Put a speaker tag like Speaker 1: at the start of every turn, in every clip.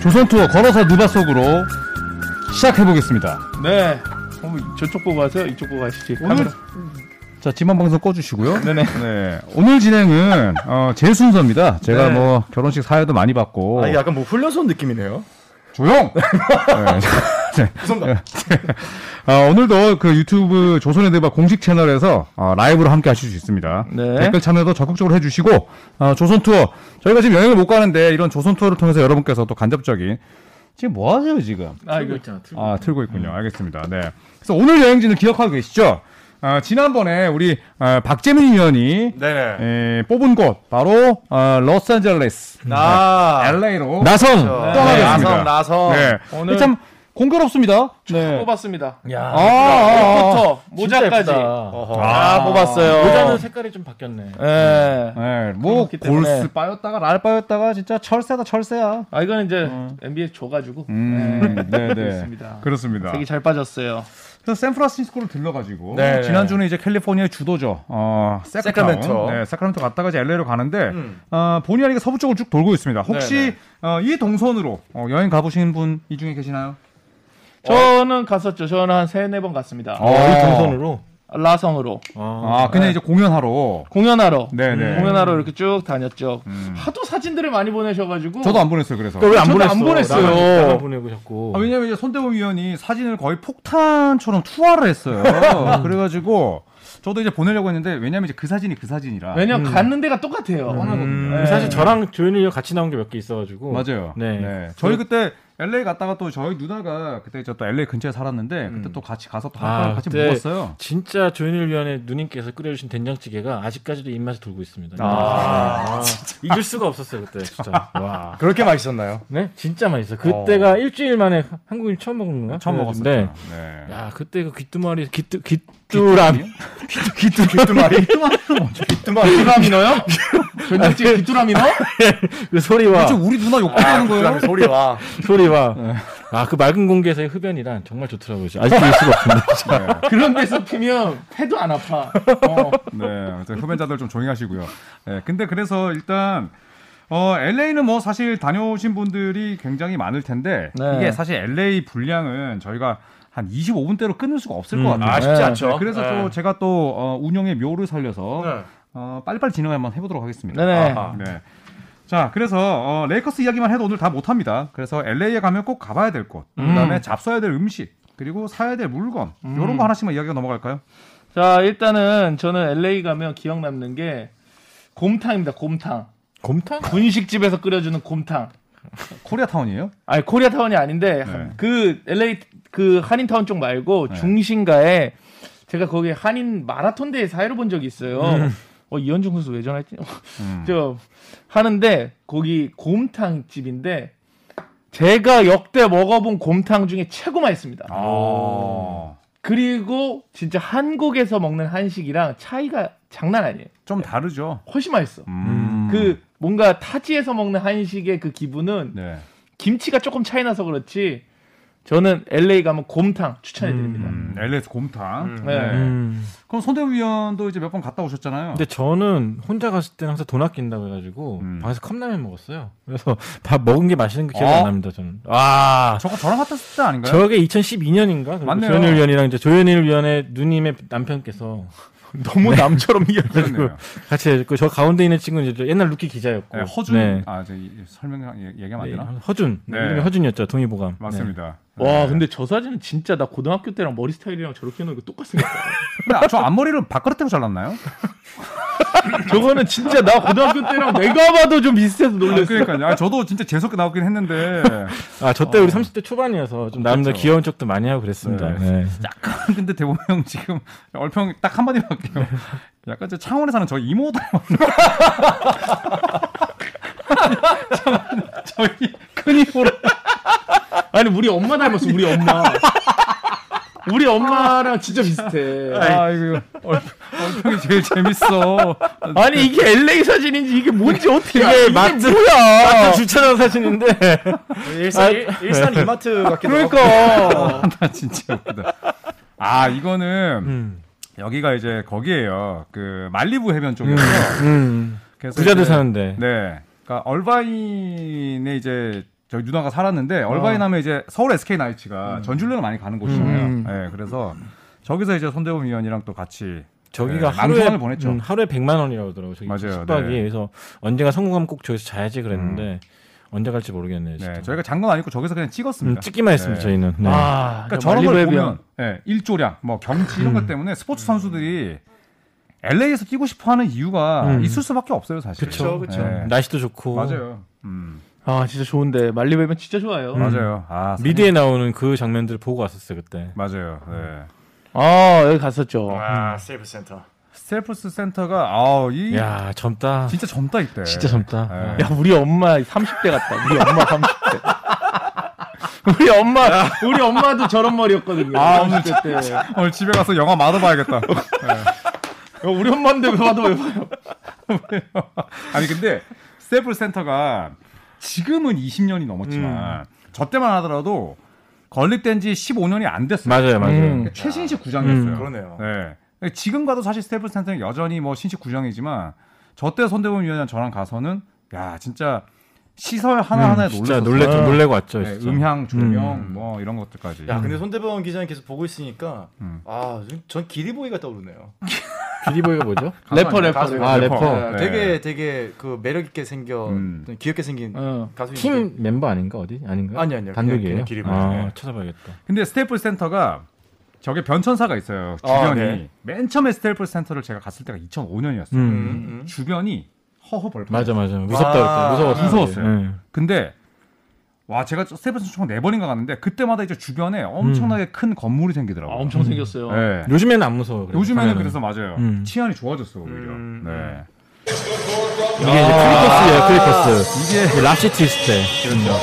Speaker 1: 조선 투어 걸어서 누바 속으로 시작해 보겠습니다.
Speaker 2: 네. 어머, 저쪽 보고 가세요. 이쪽 보고 가시지.
Speaker 1: 오늘 자 지만 방송 꺼주시고요.
Speaker 2: 네네.
Speaker 1: 네, 오늘 진행은 어, 제 순서입니다. 제가
Speaker 2: 네.
Speaker 1: 뭐 결혼식 사회도 많이 받고
Speaker 3: 아, 이게 약간 뭐 훈련소 느낌이네요.
Speaker 1: 조용. 네.
Speaker 3: 죄송합니다.
Speaker 1: 아, 오늘도 그 유튜브 조선의 대박 공식 채널에서 어, 라이브로 함께 하실 수 있습니다.
Speaker 2: 네.
Speaker 1: 댓글 참여도 적극적으로 해주시고 어, 조선 투어 저희가 지금 여행을 못 가는데 이런 조선 투어를 통해서 여러분께서 또 간접적인 지금 뭐 하세요 지금?
Speaker 2: 아, 이거
Speaker 3: 있잖아. 틀고.
Speaker 1: 아 틀고 있군요. 알겠습니다. 네. 그래서 오늘 여행지는 기억하고 계시죠? 아, 지난번에 우리 아, 박재민 위원이
Speaker 3: 네네.
Speaker 1: 에, 뽑은 곳 바로 어, 로스앤젤레스
Speaker 3: 음. 나.
Speaker 1: LA로
Speaker 4: 나선.
Speaker 3: 네.
Speaker 1: 네, 떠나겠습니다.
Speaker 3: 나선, 나선.
Speaker 1: 그렇죠. 네.
Speaker 2: 오늘-
Speaker 1: 참 공교롭습니다. 네.
Speaker 2: 뽑았습니다.
Speaker 4: 야.
Speaker 1: 아, 아, 아.
Speaker 2: 옷부터 모자까지.
Speaker 3: 어허. 아, 뽑았어요.
Speaker 4: 모자는 색깔이 좀 바뀌었네.
Speaker 2: 예.
Speaker 1: 네, 뭐
Speaker 2: 그렇기 때문에.
Speaker 1: 골스 빠였다가 랄 빠였다가 진짜 철새다 철새야.
Speaker 2: 아, 이건 이제
Speaker 3: 어.
Speaker 2: NBA 줘가지고.
Speaker 1: 음, 네, 네.
Speaker 2: 그렇습니다.
Speaker 1: 그렇습니다.
Speaker 2: 되게 잘 빠졌어요.
Speaker 1: 그래서 샌프란시스코를 들러가지고
Speaker 3: 네.
Speaker 1: 지난주는 이제 캘리포니아의 주도죠. 어, 세크라타운.
Speaker 3: 세크라멘토.
Speaker 1: 네, 세크라멘토 갔다가 이제 LA로 가는데 어, 본의 아니게 서부 쪽을 쭉 돌고 있습니다. 혹시 어, 이 동선으로 어, 여행 가보신 분 이 중에 계시나요?
Speaker 2: 저는 갔었죠. 저는 한 세네 번 갔습니다.
Speaker 1: 어,
Speaker 4: 아, 이 동선으로.
Speaker 2: 라성으로.
Speaker 4: 어.
Speaker 1: 아, 그냥 이제 공연하러.
Speaker 2: 공연하러.
Speaker 1: 네, 네.
Speaker 2: 공연하러 이렇게 쭉 다녔죠. 하도 사진들을 많이 보내셔가지고.
Speaker 1: 저도 안 보냈어요. 그래서.
Speaker 3: 왜안
Speaker 2: 아, 저도 안
Speaker 3: 보냈어?
Speaker 2: 보냈어요.
Speaker 3: 나만-
Speaker 4: 나만 보내고 자꾸.
Speaker 1: 아, 왜냐면 이제 손대범 위원이 사진을 거의 폭탄처럼 투하를 했어요. 그래가지고 저도 이제 보내려고 했는데 왜냐면 이제 그 사진이 그 사진이라.
Speaker 3: 음.
Speaker 2: 왜냐면 갔는 데가 똑같아요.
Speaker 4: 음,
Speaker 2: 네.
Speaker 4: 사실 저랑 조현이랑 같이 나온 게 몇 개 있어가지고.
Speaker 1: 맞아요.
Speaker 4: 네.
Speaker 1: 저희 그때 LA 갔다가 또 저희 누나가 그때 저 또 LA 근처에 살았는데 그때 또 같이 가서 또
Speaker 4: 아,
Speaker 1: 같이
Speaker 4: 그때-
Speaker 1: 먹었어요.
Speaker 4: 진짜 조현일 위원의 누님께서 끓여주신 된장찌개가 아직까지도 입맛에 돌고 있습니다. 아, 잊을 수가 없었어요 그때 진짜. 와.
Speaker 3: 그렇게 맛있었나요?
Speaker 4: 네, 진짜 맛있어. 그때가 일주일 만에 한국인 처음 먹는 건가?
Speaker 1: 처음
Speaker 4: 그래가지고.
Speaker 1: 먹었었죠.
Speaker 4: 네.
Speaker 1: 네.
Speaker 4: 야, 그때 그 귀뚜마리, 귀뚜, 귀뚜라미.
Speaker 3: 귀뚜 귀뚜마리. 귀뚜마리.
Speaker 2: 귀뚜라미 넣어요? 전략지 귀뚜라미 넣어?
Speaker 4: 그 소리와,
Speaker 1: 대체 우리 누나 욕도 뭐 하는 거예요?
Speaker 3: 귀뚜마리 아, 소리와.
Speaker 4: 소리와. 아, 그 맑은 공기에서의 흡연이란 정말 좋더라고요. 진짜. 아직도 잊을 수가 없는데.
Speaker 2: 그런 데서 피면 패도 안 아파. 어.
Speaker 1: 네, 아무튼 흡연자들 좀 조용히 하시고요. 네, 근데 그래서 일단 어, LA는 뭐 사실 다녀오신 분들이 굉장히 많을 텐데
Speaker 2: 네.
Speaker 1: 이게 사실 LA 분량은 저희가 한 25분대로 끊을 수가 없을 것 같아요.
Speaker 3: 아, 쉽지 않죠.
Speaker 1: 네, 그래서
Speaker 3: 네.
Speaker 1: 또 제가 또 어, 운영의 묘를 살려서
Speaker 3: 네.
Speaker 1: 어, 빨리빨리 진행을 한번 해보도록 하겠습니다.
Speaker 2: 네네.
Speaker 1: 아하. 네. 자, 그래서 어, 레이커스 이야기만 해도 오늘 다 못합니다. 그래서 LA에 가면 꼭 가봐야 될 곳, 그다음에 잡숴야 될 음식, 그리고 사야 될 물건 이런 거 하나씩만 이야기가 넘어갈까요?
Speaker 2: 자, 일단은 저는 LA 가면 기억 남는 게 곰탕입니다. 곰탕.
Speaker 4: 곰탕?
Speaker 2: 분식집에서 끓여주는 곰탕.
Speaker 1: 코리아타운이에요?
Speaker 2: 아니 코리아타운이 아닌데
Speaker 1: 네.
Speaker 2: 그 LA 그 한인타운 쪽 말고 중심가에 제가 거기 한인 마라톤 대회 사회를 본 적이 있어요. 어 이현중 선수 왜 전화했지?
Speaker 1: 음.
Speaker 2: 저 하는데 거기 곰탕 집인데 제가 역대 먹어본 곰탕 중에 최고 맛있습니다.
Speaker 1: 아.
Speaker 2: 그리고 진짜 한국에서 먹는 한식이랑 차이가 장난 아니에요.
Speaker 1: 좀 다르죠.
Speaker 2: 훨씬 맛있어.
Speaker 1: 음.
Speaker 2: 그 뭔가 타지에서 먹는 한식의 그 기분은
Speaker 1: 네.
Speaker 2: 김치가 조금 차이 나서 그렇지 저는 LA 가면 곰탕 추천해 드립니다.
Speaker 1: 음, LS 곰탕.
Speaker 2: 네.
Speaker 4: 음.
Speaker 1: 그럼 손대우 위원도 이제 몇 번 갔다 오셨잖아요.
Speaker 4: 근데 저는 혼자 갔을 때는 항상 돈 아낀다고 해가지고
Speaker 1: 음.
Speaker 4: 방에서 컵라면 먹었어요. 그래서 밥 먹은 게 맛있는 게 기억이
Speaker 1: 어?
Speaker 4: 안 납니다. 저는.
Speaker 3: 아.
Speaker 4: 와,
Speaker 1: 저거 저랑 같았을 때 아닌가요?
Speaker 4: 저게 2012년인가?
Speaker 1: 네? 맞네요.
Speaker 4: 조현일 위원이랑 이제 조현일 위원의 누님의 남편께서
Speaker 1: 너무 남처럼 네. 이야기했네요.
Speaker 4: 그리고 같이 해줬고 저 가운데 있는 친구는 이제 옛날 루키 기자였고
Speaker 1: 네, 허준
Speaker 4: 네.
Speaker 1: 아, 저 이- 설명 얘- 얘기하면 안
Speaker 4: 네,
Speaker 1: 되나?
Speaker 4: 허준
Speaker 1: 네.
Speaker 4: 이름이 허준이었죠 동의보감 네.
Speaker 1: 맞습니다.
Speaker 2: 와 근데 저 사진은 진짜 나 고등학교 때랑 머리 스타일이랑 저렇게 해놓은 거 똑같은 거
Speaker 1: 근데 아, 저 앞머리를 밥그릇대로 잘랐나요? 아,
Speaker 2: 저거는 진짜 나 고등학교 때랑 내가 봐도 좀 비슷해서
Speaker 1: 아,
Speaker 2: 놀랬어.
Speaker 1: 그러니까요. 아, 저도 진짜 재수없게 나왔긴 했는데
Speaker 4: 아 저 때 우리 30대 초반이어서 좀 나름대로
Speaker 1: 어. 그렇죠.
Speaker 4: 귀여운 척도 많이 하고 그랬습니다 네.
Speaker 1: 근데 대범 형 지금 얼평 딱 한마디밖에 요 약간 저 창원에 사는 저 이모 닮았나? 아니, 그- 참, 저희 큰 이모로
Speaker 2: 아니 우리 엄마 닮았어 우리 엄마. 우리 엄마랑 진짜 비슷해.
Speaker 1: 아 이거 얼- 얼평이 제일 재밌어.
Speaker 2: 아니 이게 LA 사진인지 이게 뭔지 어떻게 알아?
Speaker 4: 이게 마트 뭐야 마트 주차장 사진인데
Speaker 3: 일산, 일산 이마트 같기도
Speaker 4: 어.
Speaker 2: 그러니까
Speaker 1: 나 진짜 웃기다. 아 이거는
Speaker 4: 음.
Speaker 1: 여기가 이제 거기에요. 그 말리부 해변 쪽에서
Speaker 4: 음.
Speaker 1: 그래서
Speaker 4: 부자들
Speaker 1: 네. 이제-
Speaker 4: 사는데
Speaker 1: 네. 그러니까 얼바인의 이제 저희 누나가 살았는데
Speaker 4: 어.
Speaker 1: 얼바이남에 이제 서울 SK
Speaker 4: 음.
Speaker 1: 나이츠가 전주련을 많이 가는 곳이잖아요.
Speaker 2: 음.
Speaker 1: 예, 그래서 저기서 이제 손대범 위원이랑 또 같이
Speaker 4: 저기가
Speaker 1: 네,
Speaker 4: 하루에
Speaker 1: 만통을 보냈죠.
Speaker 4: 음, 하루에 100만 원이라고 하더라고. 저기
Speaker 1: 맞아요,
Speaker 4: 숙박이
Speaker 1: 네. 음.
Speaker 4: 그래서 언제가 성공하면 꼭 저기서 자야지 그랬는데 언제 갈지 모르겠네요. 진짜.
Speaker 1: 네, 저희가 장관 아니고 저기서 그냥
Speaker 4: 음,
Speaker 1: 찍었습니다.
Speaker 4: 찍기만 했습니다.
Speaker 1: 네.
Speaker 4: 저희는. 네.
Speaker 2: 아,
Speaker 1: 그러니까 저런 걸
Speaker 2: 말리브에
Speaker 1: 보면 예, 일조량, 뭐 경치 이런 것 때문에 스포츠 선수들이 LA에서 뛰고 싶어하는 이유가
Speaker 4: 음.
Speaker 1: 있을 수밖에 없어요, 사실.
Speaker 4: 그쵸, 음.
Speaker 3: 그쵸.
Speaker 1: 예.
Speaker 4: 날씨도 좋고
Speaker 1: 맞아요. 음,
Speaker 2: 아 진짜 좋은데 말리베면 진짜 좋아요.
Speaker 1: 맞아요. 아, 미...
Speaker 4: 미드에 나오는 그 장면들 보고 왔었어요 그때.
Speaker 1: 맞아요. 예.
Speaker 2: 아 여기 갔었죠.
Speaker 3: 아 세이브 센터.
Speaker 1: 스텔프스 센터가 아우 이
Speaker 4: 야 젊다.
Speaker 1: 진짜 젊다 이때.
Speaker 4: 네. 진짜 젊다.
Speaker 1: 예.
Speaker 2: 야 우리 엄마 30대 같다. 우리 엄마 30대. 우리 엄마 우리 엄마도 저런 머리였거든요.
Speaker 1: 아, 오늘
Speaker 2: 30대 때.
Speaker 1: 오늘 집에 가서 영화 마더 봐야겠다.
Speaker 2: 어, 우리 엄마인데 왜 봐도 왜 봐요?
Speaker 1: 아니 근데 스테플 센터가 지금은 20년이 넘었지만 저 때만 하더라도 건립된 지 15년이 안 됐어요.
Speaker 4: 맞아요, 맞아요.
Speaker 2: 음.
Speaker 1: 최신식 구장이었어요.
Speaker 4: 음,
Speaker 3: 그러네요.
Speaker 1: 네. 지금 가도 사실 스테플 센터는 여전히 뭐 신식 구장이지만 저 때 손대범 위원이랑 저랑 가서는 야 진짜 시설 하나 하나에
Speaker 4: 음, 진짜
Speaker 1: 놀랐었어요.
Speaker 4: 놀래 좀 놀래고 왔죠.
Speaker 1: 네,
Speaker 4: 진짜.
Speaker 1: 음향, 조명
Speaker 4: 음.
Speaker 1: 뭐 이런 것들까지.
Speaker 3: 야 근데 손대범 기자님 계속 보고 있으니까 아전 기리보이가 떠오르네요.
Speaker 4: 비디보이가 뭐죠?
Speaker 2: 래퍼
Speaker 1: 아니야,
Speaker 2: 래퍼.
Speaker 3: 가수.
Speaker 2: 아 래퍼.
Speaker 1: 네.
Speaker 3: 되게 되게 그 매력 있게 생겨
Speaker 1: 음.
Speaker 3: 좀 귀엽게 생긴
Speaker 2: 어.
Speaker 3: 가수인데
Speaker 4: 팀 멤버 아닌가 어디 아닌가?
Speaker 3: 아니, 아니요.
Speaker 4: 단독이에요.
Speaker 3: 그냥 길이
Speaker 4: 아,
Speaker 3: 보이네.
Speaker 4: 찾아봐야겠다.
Speaker 1: 근데 스테플 센터가 저게 변천사가 있어요.
Speaker 3: 아,
Speaker 1: 주변이
Speaker 3: 네.
Speaker 1: 맨 처음에 스테플 센터를 제가 갔을 때가 2005년이었어요.
Speaker 4: 음.
Speaker 3: 음, 음.
Speaker 1: 주변이 허허벌.
Speaker 4: 맞아 맞아 네. 무섭다 그랬다. 무서웠어.
Speaker 1: 무서웠어요. 근데 와 제가 스테플 센터 총네 번인가 갔는데 그때마다 이제 주변에
Speaker 4: 음.
Speaker 1: 엄청나게 큰 건물이
Speaker 2: 아,
Speaker 1: 생기더라고요.
Speaker 2: 엄청 생겼어요.
Speaker 1: 예.
Speaker 4: 요즘에는 안 무서워. 그래도
Speaker 1: 요즘에는
Speaker 4: 가면은.
Speaker 1: 그래서 맞아요.
Speaker 4: 음.
Speaker 1: 치안이 좋아졌어 오히려.
Speaker 3: 음.
Speaker 1: 네.
Speaker 4: 이게 이제
Speaker 1: 아.
Speaker 4: 크리퍼스예요 크리퍼스. 이게 랍시티 있을 때.
Speaker 1: 그렇죠.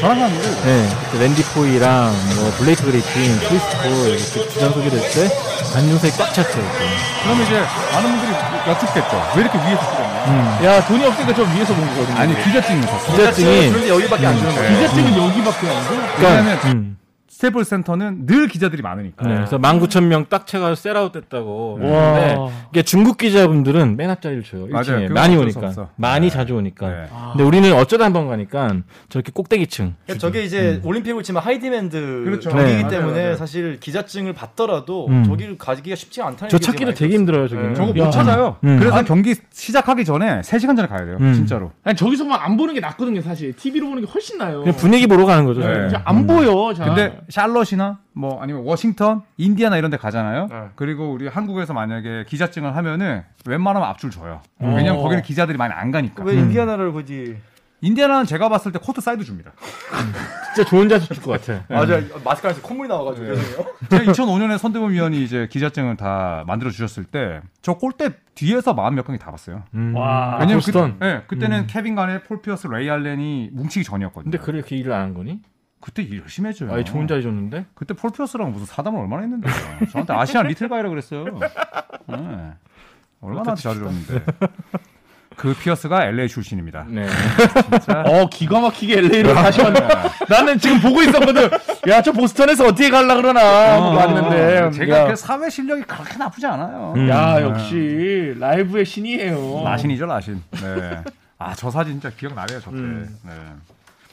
Speaker 1: 저랑 갔는데
Speaker 4: 네, 그때 랜디 포이랑 뭐 블레이크 그리핀, 크리스 포 이렇게 주전 소개될 때 관중석이 꽉 찼죠. 그때.
Speaker 1: 그럼 이제 많은 분들이 여쭙겠죠. 왜 이렇게 위에서 찍었냐?
Speaker 4: 음.
Speaker 2: 야 돈이 없으니까 저 위에서 본 거거든요.
Speaker 3: 네.
Speaker 1: 아니 기자 찍는 거.
Speaker 4: 기자증이
Speaker 3: 그런데 여기밖에 안 주는 거예요.
Speaker 2: 기자증은 여기밖에 안 돼.
Speaker 1: 왜냐면
Speaker 4: 그러니까 음.
Speaker 1: 스테플 센터는 늘 기자들이 많으니까.
Speaker 4: 네, 음. 그래서 19,000명 딱 채가 셀아웃 됐다고.
Speaker 2: 와.
Speaker 4: 근데 이게 중국 기자분들은 맨 앞자리를 줘요.
Speaker 1: 맞아요.
Speaker 4: 1층에.
Speaker 1: 그건
Speaker 4: 많이
Speaker 1: 어쩔 수
Speaker 4: 오니까.
Speaker 1: 없어.
Speaker 4: 많이 자주 오니까.
Speaker 1: 네.
Speaker 4: 근데 우리는 어쩌다 한 번 가니까 저렇게 꼭대기층.
Speaker 3: 그러니까 저게 이제 올림픽을 치면 하이디맨드
Speaker 1: 그렇죠.
Speaker 3: 경기이기
Speaker 1: 네.
Speaker 3: 때문에
Speaker 1: 맞아요, 맞아요.
Speaker 3: 사실 기자증을 받더라도
Speaker 4: 음.
Speaker 3: 저기를 가기가 쉽지 않다는
Speaker 4: 저
Speaker 3: 얘기가
Speaker 4: 찾기도
Speaker 3: 많이
Speaker 4: 되게 힘들어요, 네. 저기는.
Speaker 1: 저거
Speaker 2: 야.
Speaker 1: 못 찾아요.
Speaker 4: 음.
Speaker 1: 그래서 경기 시작하기 전에 3시간 전에 가야 돼요.
Speaker 4: 음.
Speaker 1: 진짜로.
Speaker 2: 아니 저기서만 안 보는 게 낫거든요 사실. TV로 보는 게 훨씬 나요.
Speaker 4: 그냥 분위기 보러 가는 거죠.
Speaker 1: 네.
Speaker 4: 저는.
Speaker 2: 진짜 안 보여. 잘.
Speaker 3: 아.
Speaker 1: 근데 샬럿이나 뭐 아니면 워싱턴, 인디아나 이런 데 가잖아요.
Speaker 3: 네.
Speaker 1: 그리고 우리 한국에서 만약에 기자증을 하면은 웬만하면 앞줄 줘요.
Speaker 4: 어.
Speaker 1: 왜냐면 거기는 기자들이 많이 안 가니까.
Speaker 3: 왜 인디아나를 굳이
Speaker 1: 인디아나는 제가 봤을 때 코트 사이드 줍니다.
Speaker 4: 진짜 좋은 자세 줄것 같아.
Speaker 3: 맞아 마스크 안에서 콧물이 나와가지고 죄송해요.
Speaker 1: 제가 2005년에 선대범 위원이 이제 기자증을 다 만들어 주셨을 때 저 골대 뒤에서 마음 몇 경기 다 봤어요.
Speaker 4: 음.
Speaker 2: 와.
Speaker 1: 왜냐면 그,
Speaker 4: 보스턴. 음.
Speaker 1: 예, 그때는 케빈 간의 폴 피어스, 레이 알렌이 뭉치기 전이었거든요.
Speaker 4: 근데 그렇게 일을 안 한 거니?
Speaker 1: 그때 일 열심히 해줘요.
Speaker 4: 아니, 좋은 자리 줬는데?
Speaker 1: 그때 폴 피어스랑 무슨 사담을 얼마나 했는데 저한테 아시안 리틀 가이라 그랬어요. 네. 얼마나 잘해줬는데. 그 피어스가 LA 출신입니다.
Speaker 4: 네.
Speaker 1: 진짜.
Speaker 2: 어 기가 막히게 LA로 다시 왔네.
Speaker 4: 아.
Speaker 2: 나는 지금 보고 있었거든. 야 저 보스턴에서 어떻게 갈라
Speaker 4: 아,
Speaker 2: 그러나 뭐 말했는데.
Speaker 1: 제가
Speaker 2: 야,
Speaker 1: 그 사회 실력이 그렇게 나쁘지 않아요.
Speaker 4: 음.
Speaker 2: 야 역시 라이브의 신이에요.
Speaker 1: 라신이죠 라신. 네. 아저 사진 진짜 기억나네요 저때.
Speaker 4: 음.
Speaker 1: 네.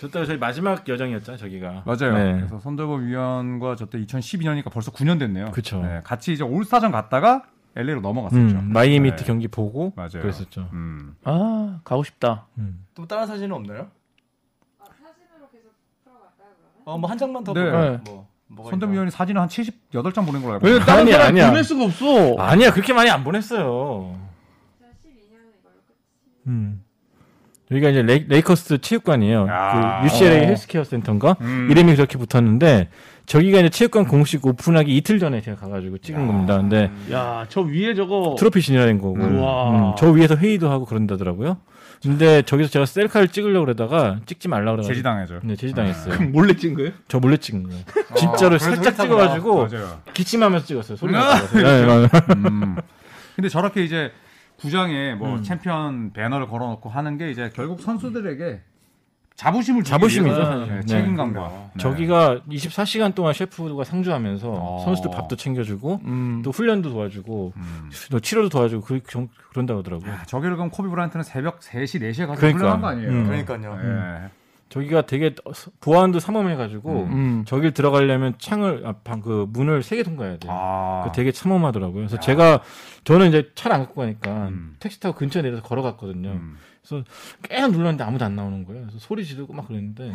Speaker 4: 저때 저희 마지막 여정이었잖아, 저기가.
Speaker 1: 맞아요.
Speaker 4: 네.
Speaker 1: 그래서 손대범 위원과 저때 2012년이니까 벌써 9년 됐네요.
Speaker 4: 그쵸.
Speaker 1: 네, 같이 이제 올스타전 갔다가 LA로 넘어갔었죠.
Speaker 4: 음, 마이애미트
Speaker 1: 네.
Speaker 4: 경기 보고
Speaker 1: 맞아요.
Speaker 4: 그랬었죠.
Speaker 1: 음.
Speaker 2: 아 가고 싶다.
Speaker 3: 또 다른 사진은 없나요?
Speaker 5: 아, 사진으로 계속 풀어갈까요 그러면?
Speaker 3: 어 뭐 한 장만 더
Speaker 1: 네.
Speaker 3: 보면 뭐 뭐가
Speaker 1: 손대범 위원이 사진을 한 78장 보낸 걸로 알고
Speaker 2: 왜
Speaker 1: 있어요.
Speaker 2: 다른
Speaker 4: 아니야,
Speaker 2: 사람
Speaker 4: 아니야.
Speaker 2: 보낼 수가 없어.
Speaker 4: 아니야 그렇게 많이 안 보냈어요.
Speaker 5: 2012년은 이걸로 그, 끝.
Speaker 4: 음. 여기가 이제 레이, 커스 체육관이에요.
Speaker 1: 아.
Speaker 4: 그 UCLA
Speaker 2: 어.
Speaker 4: 헬스케어 센터인가
Speaker 1: 음.
Speaker 4: 이름이 그렇게 붙었는데 저기가 이제 체육관 공식 오픈하기 이틀 전에 제가 가가지고 찍은 겁니다. 근데
Speaker 2: 야 저 위에 저거.
Speaker 4: 트로피 진이라는 거고
Speaker 2: 어. 우와.
Speaker 4: 음, 저 위에서 회의도 하고 그런다더라고요. 근데 저기서 제가 셀카를 찍으려고 그러다가 찍지 말라 그래가지고
Speaker 1: 제지당해죠.
Speaker 4: 네, 제지당했어요.
Speaker 2: 몰래 찍은 거예요?
Speaker 4: 저 몰래 찍은 거예요.
Speaker 1: 아,
Speaker 4: 진짜로
Speaker 3: 그래서
Speaker 4: 살짝
Speaker 3: 회의구나.
Speaker 4: 찍어가지고
Speaker 1: 맞아요.
Speaker 4: 기침하면서 찍었어요. 소리
Speaker 1: 아.
Speaker 4: 나서. 네, 맞아요.
Speaker 1: 음. 근데 저렇게 이제 구장에 뭐
Speaker 4: 음.
Speaker 1: 챔피언 배너를 걸어놓고 하는 게 이제 결국 선수들에게 자부심을 주기
Speaker 4: 자부심이죠,
Speaker 1: 위해서
Speaker 4: 사실.
Speaker 1: 네,
Speaker 4: 네.
Speaker 1: 책임감과 네.
Speaker 4: 저기가 24시간 동안 셰프가 상주하면서
Speaker 1: 어.
Speaker 4: 선수들 밥도 챙겨주고
Speaker 2: 음.
Speaker 4: 또 훈련도 도와주고
Speaker 1: 음.
Speaker 4: 또 치료도 도와주고 그, 정- 그런다고 하더라고요.
Speaker 1: 야, 저기를 그럼 코비 브라이트는 새벽 3시 4시에 가서
Speaker 4: 그러니까.
Speaker 1: 훈련한 거 아니에요? 네.
Speaker 4: 음.
Speaker 3: 그러니까요.
Speaker 1: 예.
Speaker 4: 저기가 되게 보안도 삼엄해가지고
Speaker 2: 음.
Speaker 4: 저길 들어가려면 창을 아, 방, 그 문을 세 개 통과해야 돼요.
Speaker 1: 아.
Speaker 4: 그 되게 참엄하더라고요. 그래서 제가 저는 이제 차를 안 갖고 가니까
Speaker 1: 음.
Speaker 4: 택시 타고 근처에 내려서 걸어갔거든요.
Speaker 1: 음.
Speaker 4: 계속 눌렀는데 아무도 안 나오는 거예요. 그래서 소리 지르고 막 그랬는데.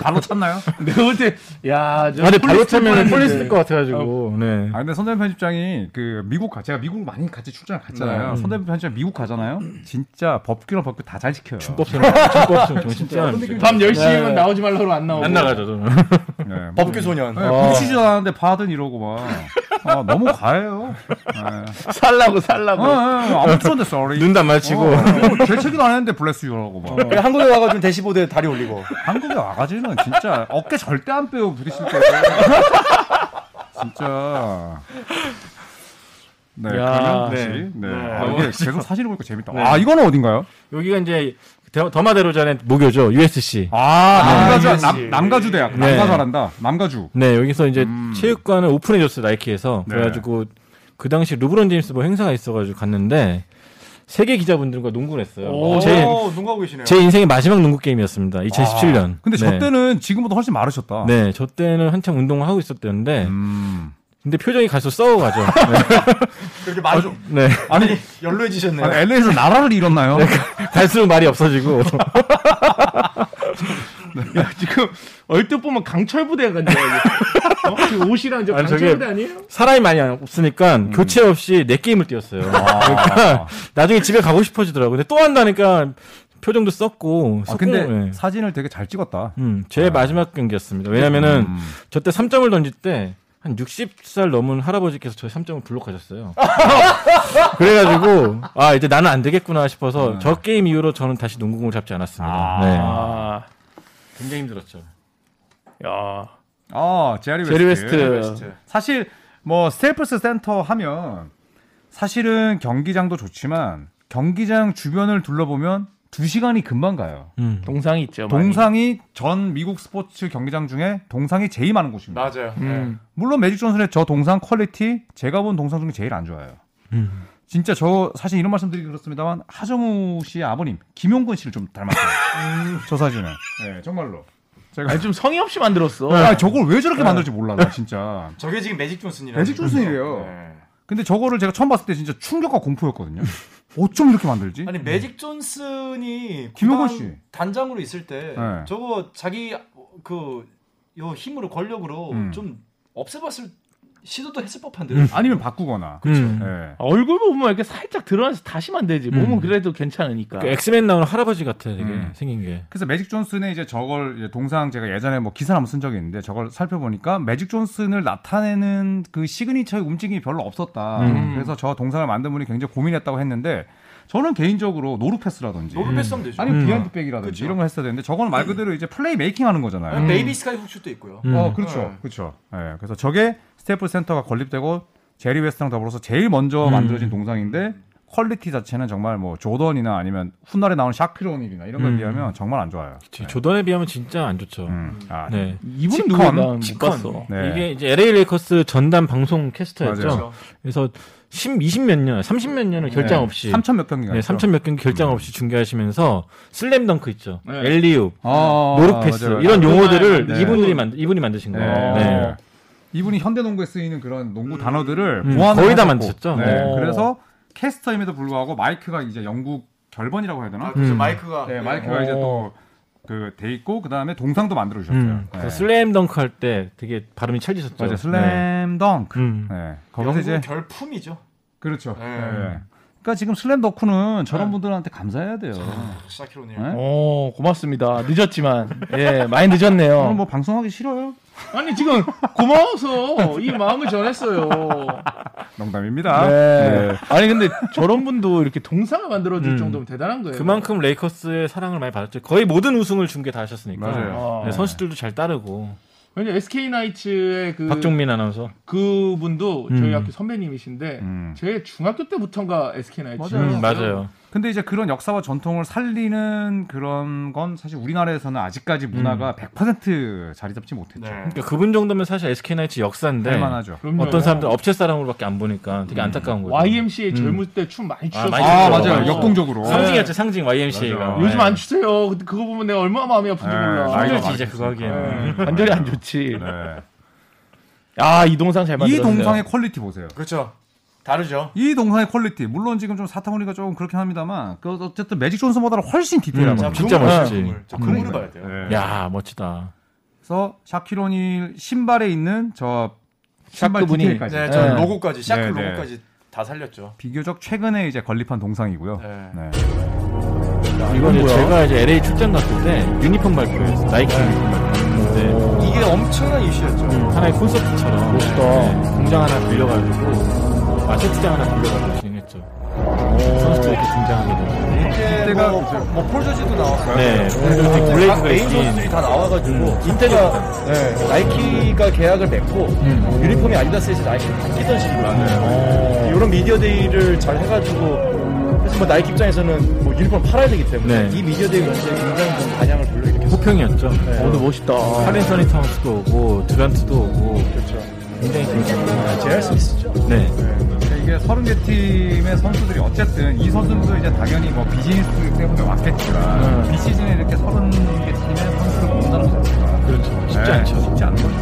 Speaker 1: 발로 찼나요?
Speaker 2: 내가 볼 때, 야, 저.
Speaker 4: 아, 근데 발로
Speaker 2: 폴리스
Speaker 4: 차면
Speaker 2: 뻔했는데.
Speaker 4: 폴리스일 것 같아가지고. 네.
Speaker 1: 아 근데 선대현 편집장이 그 미국 가 제가 미국 많이 같이 출장 을 갔잖아요.
Speaker 4: 네.
Speaker 1: 선대현 편집장 미국 가잖아요. 진짜 법규랑 법규 다 잘 지켜요.
Speaker 4: 준법처럼 준법처럼 정신
Speaker 3: 진짜
Speaker 4: 짜
Speaker 3: 느낌이-
Speaker 2: 밤 10시면
Speaker 4: 네.
Speaker 2: 나오지 말라고 하면 안 나오고.
Speaker 4: 안 나가죠 저는.
Speaker 1: 네.
Speaker 3: 법규 소년.
Speaker 4: 아.
Speaker 1: 네, 부치지도 않았는데 받은 이러고 막 아, 너무 과해요. 네.
Speaker 2: 살라고, 살라고.
Speaker 1: 아무 쳤는데 sorry.
Speaker 4: 눈도 안 마치고.
Speaker 1: 어, 재채기도 안 했는데 블레스 유라고 막.
Speaker 3: 그냥 한국에 와가지고 대시보드에 다리 올리고.
Speaker 1: 한국에 와가지고는 진짜 어깨 절대 안 빼요 부딪힐 때. 진짜. 네,
Speaker 4: 야,
Speaker 1: 강영
Speaker 4: 네.
Speaker 1: 씨. 네. 아,
Speaker 4: 너무
Speaker 1: 이게 계속 사진을 보니까 재밌다. 아, 이거는 어딘가요?
Speaker 4: 여기가 이제 더- 더마대로전의 모교죠 USC.
Speaker 1: 아, 남가주
Speaker 3: 아,
Speaker 1: 남, 그 남가주 대학
Speaker 4: 네.
Speaker 1: 남가주 한다 남가주
Speaker 4: 네 여기서 이제 체육관을 오픈해줬어요 나이키에서.
Speaker 1: 음. 네.
Speaker 4: 그래가지고 그 당시 르브론 제임스 뭐 행사가 있어가지고 갔는데 세계 기자분들과 농구를 했어요.
Speaker 2: 오.
Speaker 4: 제,
Speaker 3: 오, 농구하고 계시네요.
Speaker 4: 제 인생의 마지막 농구 게임이었습니다. 2017년.
Speaker 1: 아, 근데 저 때는 지금보다 훨씬 마르셨다.
Speaker 4: 네, 저 때는 한참 운동을 하고 있었는데,
Speaker 1: 음.
Speaker 4: 근데 표정이 갈수록 싸워가죠.
Speaker 3: 이렇게 말이 좀
Speaker 4: 네,
Speaker 3: 아니 연로해지셨네요.
Speaker 1: 아, LA에서 나라를 잃었나요?
Speaker 4: 갈수록 말이 없어지고.
Speaker 2: 야, 지금 얼핏 보면 강철 부대 같네. 어? 그 옷이랑 저
Speaker 4: 아니,
Speaker 2: 강철
Speaker 4: 저게-
Speaker 2: 부대 아니에요?
Speaker 4: 사람이 많이 안- 없으니까
Speaker 1: 음.
Speaker 4: 교체 없이 네 게임을 뛰었어요.
Speaker 1: 아.
Speaker 4: 그러니까 나중에 집에 가고 싶어지더라고요. 근데 또 한다니까 표정도 썼고.
Speaker 1: 아,
Speaker 4: 썼고,
Speaker 1: 근데
Speaker 4: 예.
Speaker 1: 사진을 되게 잘 찍었다.
Speaker 4: 음, 제 마지막 경기였습니다. 왜냐면은 저 때 3점을 던질 때 한 60살 넘은 할아버지께서 저의 3점을 블록하셨어요. 그래가지고 아 이제 나는 안 되겠구나 싶어서 저 게임 이후로 저는 다시 농구공을 잡지 않았습니다. 네.
Speaker 2: 아,
Speaker 4: 굉장히 힘들었죠.
Speaker 2: 야.
Speaker 1: 아, 제리 웨스트.
Speaker 2: 제리 웨스트.
Speaker 1: 사실 뭐 스테이플스 센터 하면 사실은 경기장도 좋지만 경기장 주변을 둘러보면 두 시간이 금방 가요.
Speaker 4: 음.
Speaker 2: 동상이 있죠. 많이.
Speaker 1: 동상이 전 미국 스포츠 경기장 중에 동상이 제일 많은 곳입니다.
Speaker 3: 맞아요. 네.
Speaker 2: 음.
Speaker 1: 물론 매직 존슨의 저 동상 퀄리티 제가 본 동상 중에 제일 안 좋아요.
Speaker 4: 음.
Speaker 1: 진짜 저 사실 이런 말씀드리기 그렇습니다만 하정우 씨의 아버님 김용근 씨를 좀 닮았어요.
Speaker 3: 음.
Speaker 1: 저 사진은. 네, 정말로. 제가
Speaker 2: 아니, 좀 성의 없이 만들었어.
Speaker 1: 아, 저걸 왜 저렇게 만들지 몰라 나 진짜.
Speaker 3: 네. 저게 지금 매직 존슨이래요.
Speaker 1: 매직 존슨이래요.
Speaker 3: 네.
Speaker 1: 근데 저거를 제가 처음 봤을 때 진짜 충격과 공포였거든요. 어쩜 이렇게 만들지?
Speaker 3: 네. 아니 매직 존슨이
Speaker 1: 김용건
Speaker 3: 구단
Speaker 1: 씨.
Speaker 3: 단장으로 있을 때
Speaker 1: 네.
Speaker 3: 저거 자기 그요 힘으로 권력으로
Speaker 1: 음.
Speaker 3: 좀 없애봤을 시도도 했을 법한데.
Speaker 1: 아니면 바꾸거나.
Speaker 3: 그
Speaker 4: 음.
Speaker 1: 예.
Speaker 2: 얼굴 보면 이렇게 살짝 드러나서 다시 만들지. 몸은 그래도 괜찮으니까.
Speaker 4: 그 엑스맨 나오는 할아버지 같아 되게
Speaker 1: 음.
Speaker 4: 생긴 게.
Speaker 1: 그래서 매직 존슨의 이제 저걸 이제 동상 제가 예전에 뭐 기사를 한번 쓴 적이 있는데 저걸 살펴보니까 매직 존슨을 나타내는 그 시그니처의 움직임이 별로 없었다.
Speaker 4: 음.
Speaker 1: 그래서 저 동상을 만든 분이 굉장히 고민했다고 했는데 저는 개인적으로 노루패스라든지
Speaker 3: 노르 패스하면 되죠.
Speaker 1: 아니면
Speaker 4: 음.
Speaker 1: 비하인드백이라든지
Speaker 3: 그쵸.
Speaker 1: 이런 걸 했어야 되는데 저건 말 그대로 이제 플레이 음. 메이킹 하는 거잖아요.
Speaker 3: 아니면 음. 네, 베이비 스카이 훅슛도 있고요.
Speaker 4: 음.
Speaker 1: 어, 그렇죠.
Speaker 3: 네.
Speaker 1: 그렇죠. 예. 그래서 저게 스태프 센터가 건립되고 제리 웨스트랑 더불어서 제일 먼저
Speaker 4: 음.
Speaker 1: 만들어진 동상인데 퀄리티 자체는 정말 뭐 조던이나 아니면 훗날에 나온 샤크로 오닐이나 이런 거에
Speaker 4: 음.
Speaker 1: 비하면 정말 안 좋아요. 네.
Speaker 4: 조던에 비하면 진짜 안 좋죠.
Speaker 1: 음. 아, 네.
Speaker 4: 네.
Speaker 2: 이분
Speaker 1: 치컨,
Speaker 2: 누구야? 난못
Speaker 4: 치컨.
Speaker 2: 봤어.
Speaker 1: 네.
Speaker 4: 이게 이제 LA 레이커스 전담 방송 캐스터였죠.
Speaker 1: 맞아요.
Speaker 4: 그래서 10, 20몇 년, 30몇 년을 결장 없이
Speaker 1: 3천 몇 경기가
Speaker 4: 네, 3천 몇 경기 결장 없이 중계하시면서 슬램덩크 있죠.
Speaker 2: 네.
Speaker 4: 엘리우,
Speaker 1: 아,
Speaker 4: 노르패스
Speaker 1: 맞아요.
Speaker 4: 이런 용어들을
Speaker 1: 네.
Speaker 4: 이분들이 만 이분이 만드신
Speaker 1: 네.
Speaker 4: 거예요.
Speaker 1: 네.
Speaker 4: 네.
Speaker 1: 이분이 현대 농구에 쓰이는 그런 농구 단어들을
Speaker 4: 음,
Speaker 1: 보완을
Speaker 4: 거의 다
Speaker 1: 하셨고.
Speaker 4: 만드셨죠?
Speaker 1: 네.
Speaker 2: 오.
Speaker 1: 그래서 캐스터임에도 불구하고 마이크가 이제 영국 결번이라고 해야 되나?
Speaker 3: 아, 그래서
Speaker 4: 음.
Speaker 3: 마이크가 뭐
Speaker 1: 네, 마이크가
Speaker 2: 네.
Speaker 1: 이제
Speaker 2: 오.
Speaker 1: 또그돼 있고 그다음에 동상도 만들어 주셨어요.
Speaker 4: 음.
Speaker 1: 네.
Speaker 4: 그래서 슬램덩크 할 때 되게 발음이 찰지셨죠.
Speaker 1: 맞아
Speaker 4: 네.
Speaker 1: 슬램덩크.
Speaker 4: 음.
Speaker 1: 네. 거기서
Speaker 3: 영국
Speaker 1: 이제
Speaker 3: 결품이죠.
Speaker 1: 그렇죠.
Speaker 3: 네.
Speaker 1: 네. 그러니까 지금 슬램덩크는 저런
Speaker 3: 네.
Speaker 1: 분들한테 감사해야 돼요.
Speaker 3: 샤키로니.
Speaker 1: 네?
Speaker 2: 오, 고맙습니다. 늦었지만. 예, 많이 늦었네요.
Speaker 1: 오늘 뭐 방송하기 싫어요?
Speaker 2: 아니, 지금 고마워서 이 마음을 전했어요.
Speaker 1: 농담입니다.
Speaker 2: 네. 아니, 근데 저런 분도 이렇게 동상을 만들어줄
Speaker 4: 음.
Speaker 2: 정도면 대단한 거예요.
Speaker 4: 그만큼 레이커스의 사랑을 많이 받았죠. 거의 모든 우승을 중계 다 하셨으니까.
Speaker 1: 맞아요.
Speaker 2: 아,
Speaker 4: 네, 선수들도 잘 따르고
Speaker 2: 왜냐 SK 나이츠의 그
Speaker 4: 박종민 아나운서.
Speaker 2: 그분도 저희
Speaker 4: 음.
Speaker 2: 학교 선배님이신데
Speaker 1: 음.
Speaker 2: 제 중학교 때부터인가 SK 나이츠.
Speaker 1: 맞아요.
Speaker 4: 음, 맞아요.
Speaker 1: 근데 근데 이제 그런 역사와 전통을 살리는 그런 건 사실 우리나라에서는 아직까지 문화가
Speaker 2: 음.
Speaker 1: 100% 자리 잡지 못했죠.
Speaker 3: 네.
Speaker 4: 그러니까 그분 정도면 사실 SK 나이츠 역사인데
Speaker 2: 네.
Speaker 1: 할 만하죠.
Speaker 2: 그럼요.
Speaker 4: 어떤 사람들 업체 사람으로밖에 안 보니까 되게 안타까운 거죠.
Speaker 2: YMCA 젊을 때 춤 많이 추셨어요.
Speaker 4: 많이
Speaker 1: 아,
Speaker 4: 그렇죠.
Speaker 1: 맞아요. 역동적으로.
Speaker 4: 상징이었죠 상징 YMCA가. 네.
Speaker 1: 맞아요.
Speaker 2: 요즘 안 추세요. 근데 그거 보면 내가 얼마나 마음이 아픈지
Speaker 1: 네,
Speaker 2: 몰라.
Speaker 1: 나이가
Speaker 4: 힘들지
Speaker 1: 많이
Speaker 4: 이제 그거 하기에는.
Speaker 2: 네, 완전히 안 좋지.
Speaker 1: 네.
Speaker 2: 아, 이 동상 잘
Speaker 1: 이
Speaker 2: 만들었네요.
Speaker 1: 동상의 퀄리티 보세요.
Speaker 3: 그렇죠. 다르죠.
Speaker 1: 이 동상의 퀄리티 물론 지금 좀 사타구니가 조금 그렇긴 합니다만 그 어쨌든 매직 존슨보다는 훨씬 디테일한
Speaker 4: 음,
Speaker 1: 거.
Speaker 4: 자, 진짜
Speaker 3: 그런
Speaker 4: 멋있지.
Speaker 3: 거를 봐야 돼요. 저 그런 걸 봐야 돼요.
Speaker 1: 네.
Speaker 4: 야 멋지다.
Speaker 1: 그래서 샤키로닐 신발에 있는 저 신발
Speaker 2: 샤크 무늬.
Speaker 1: 디테일까지
Speaker 3: 네, 저
Speaker 2: 네.
Speaker 3: 로고까지 샤크
Speaker 1: 네, 네.
Speaker 3: 로고까지 다 살렸죠.
Speaker 1: 비교적 최근에 이제 건립한 동상이고요.
Speaker 3: 네.
Speaker 1: 네.
Speaker 4: 이건 이제
Speaker 2: 뭐야?
Speaker 4: 제가 이제 LA 출장 갔을 때 유니폼 발표했어요. 나이키 유니폼 발표했는데
Speaker 3: 이게 엄청난 이슈였죠.
Speaker 4: 하나의 콘서트처럼 멋있다. 공장 하나 빌려가지고 마케트장 하나 빌려가지고 진행했죠. 선수들 이렇게 등장하게 되고.
Speaker 3: 이때
Speaker 1: 그때가
Speaker 3: 뭐,
Speaker 1: 그죠.
Speaker 3: 뭐 폴저지도 나왔고요.
Speaker 4: 네.
Speaker 3: 그리고
Speaker 4: 네.
Speaker 3: 각
Speaker 4: 블레이즈가
Speaker 3: 메인
Speaker 4: 있긴.
Speaker 3: 선수들이 다 나와가지고 이때가 네, 나이키가 계약을 맺고 유니폼이 아디다스에서 나이키를 바뀌던 시기거든요. 이런 미디어데이를 잘 해가지고 그래서 뭐 나이키 입장에서는 뭐 유니폼 팔아야 되기 때문에
Speaker 4: 네.
Speaker 3: 이 미디어데이 문제에 굉장히 좀 반향을 불러일으켰어요.
Speaker 4: 호평이었죠.
Speaker 2: 어, 너 멋있다.
Speaker 4: 카린서니 타운스도 오고 드란트도 오고
Speaker 3: 그렇죠.
Speaker 4: 굉장히 재밌었어요.
Speaker 3: 제할 수 있었죠.
Speaker 4: 네.
Speaker 1: 근데 이게 30개 팀의 선수들이 어쨌든 이 선수들도 이제 당연히 뭐 비즈니스 때문에 왔겠지만
Speaker 4: 네.
Speaker 1: 비시즌에 이렇게 30개 팀의 선수를 모은다는 것 자체가
Speaker 4: 그렇죠. 쉽지
Speaker 1: 네,
Speaker 4: 않죠. 그렇죠.
Speaker 1: 쉽지 않은 거죠.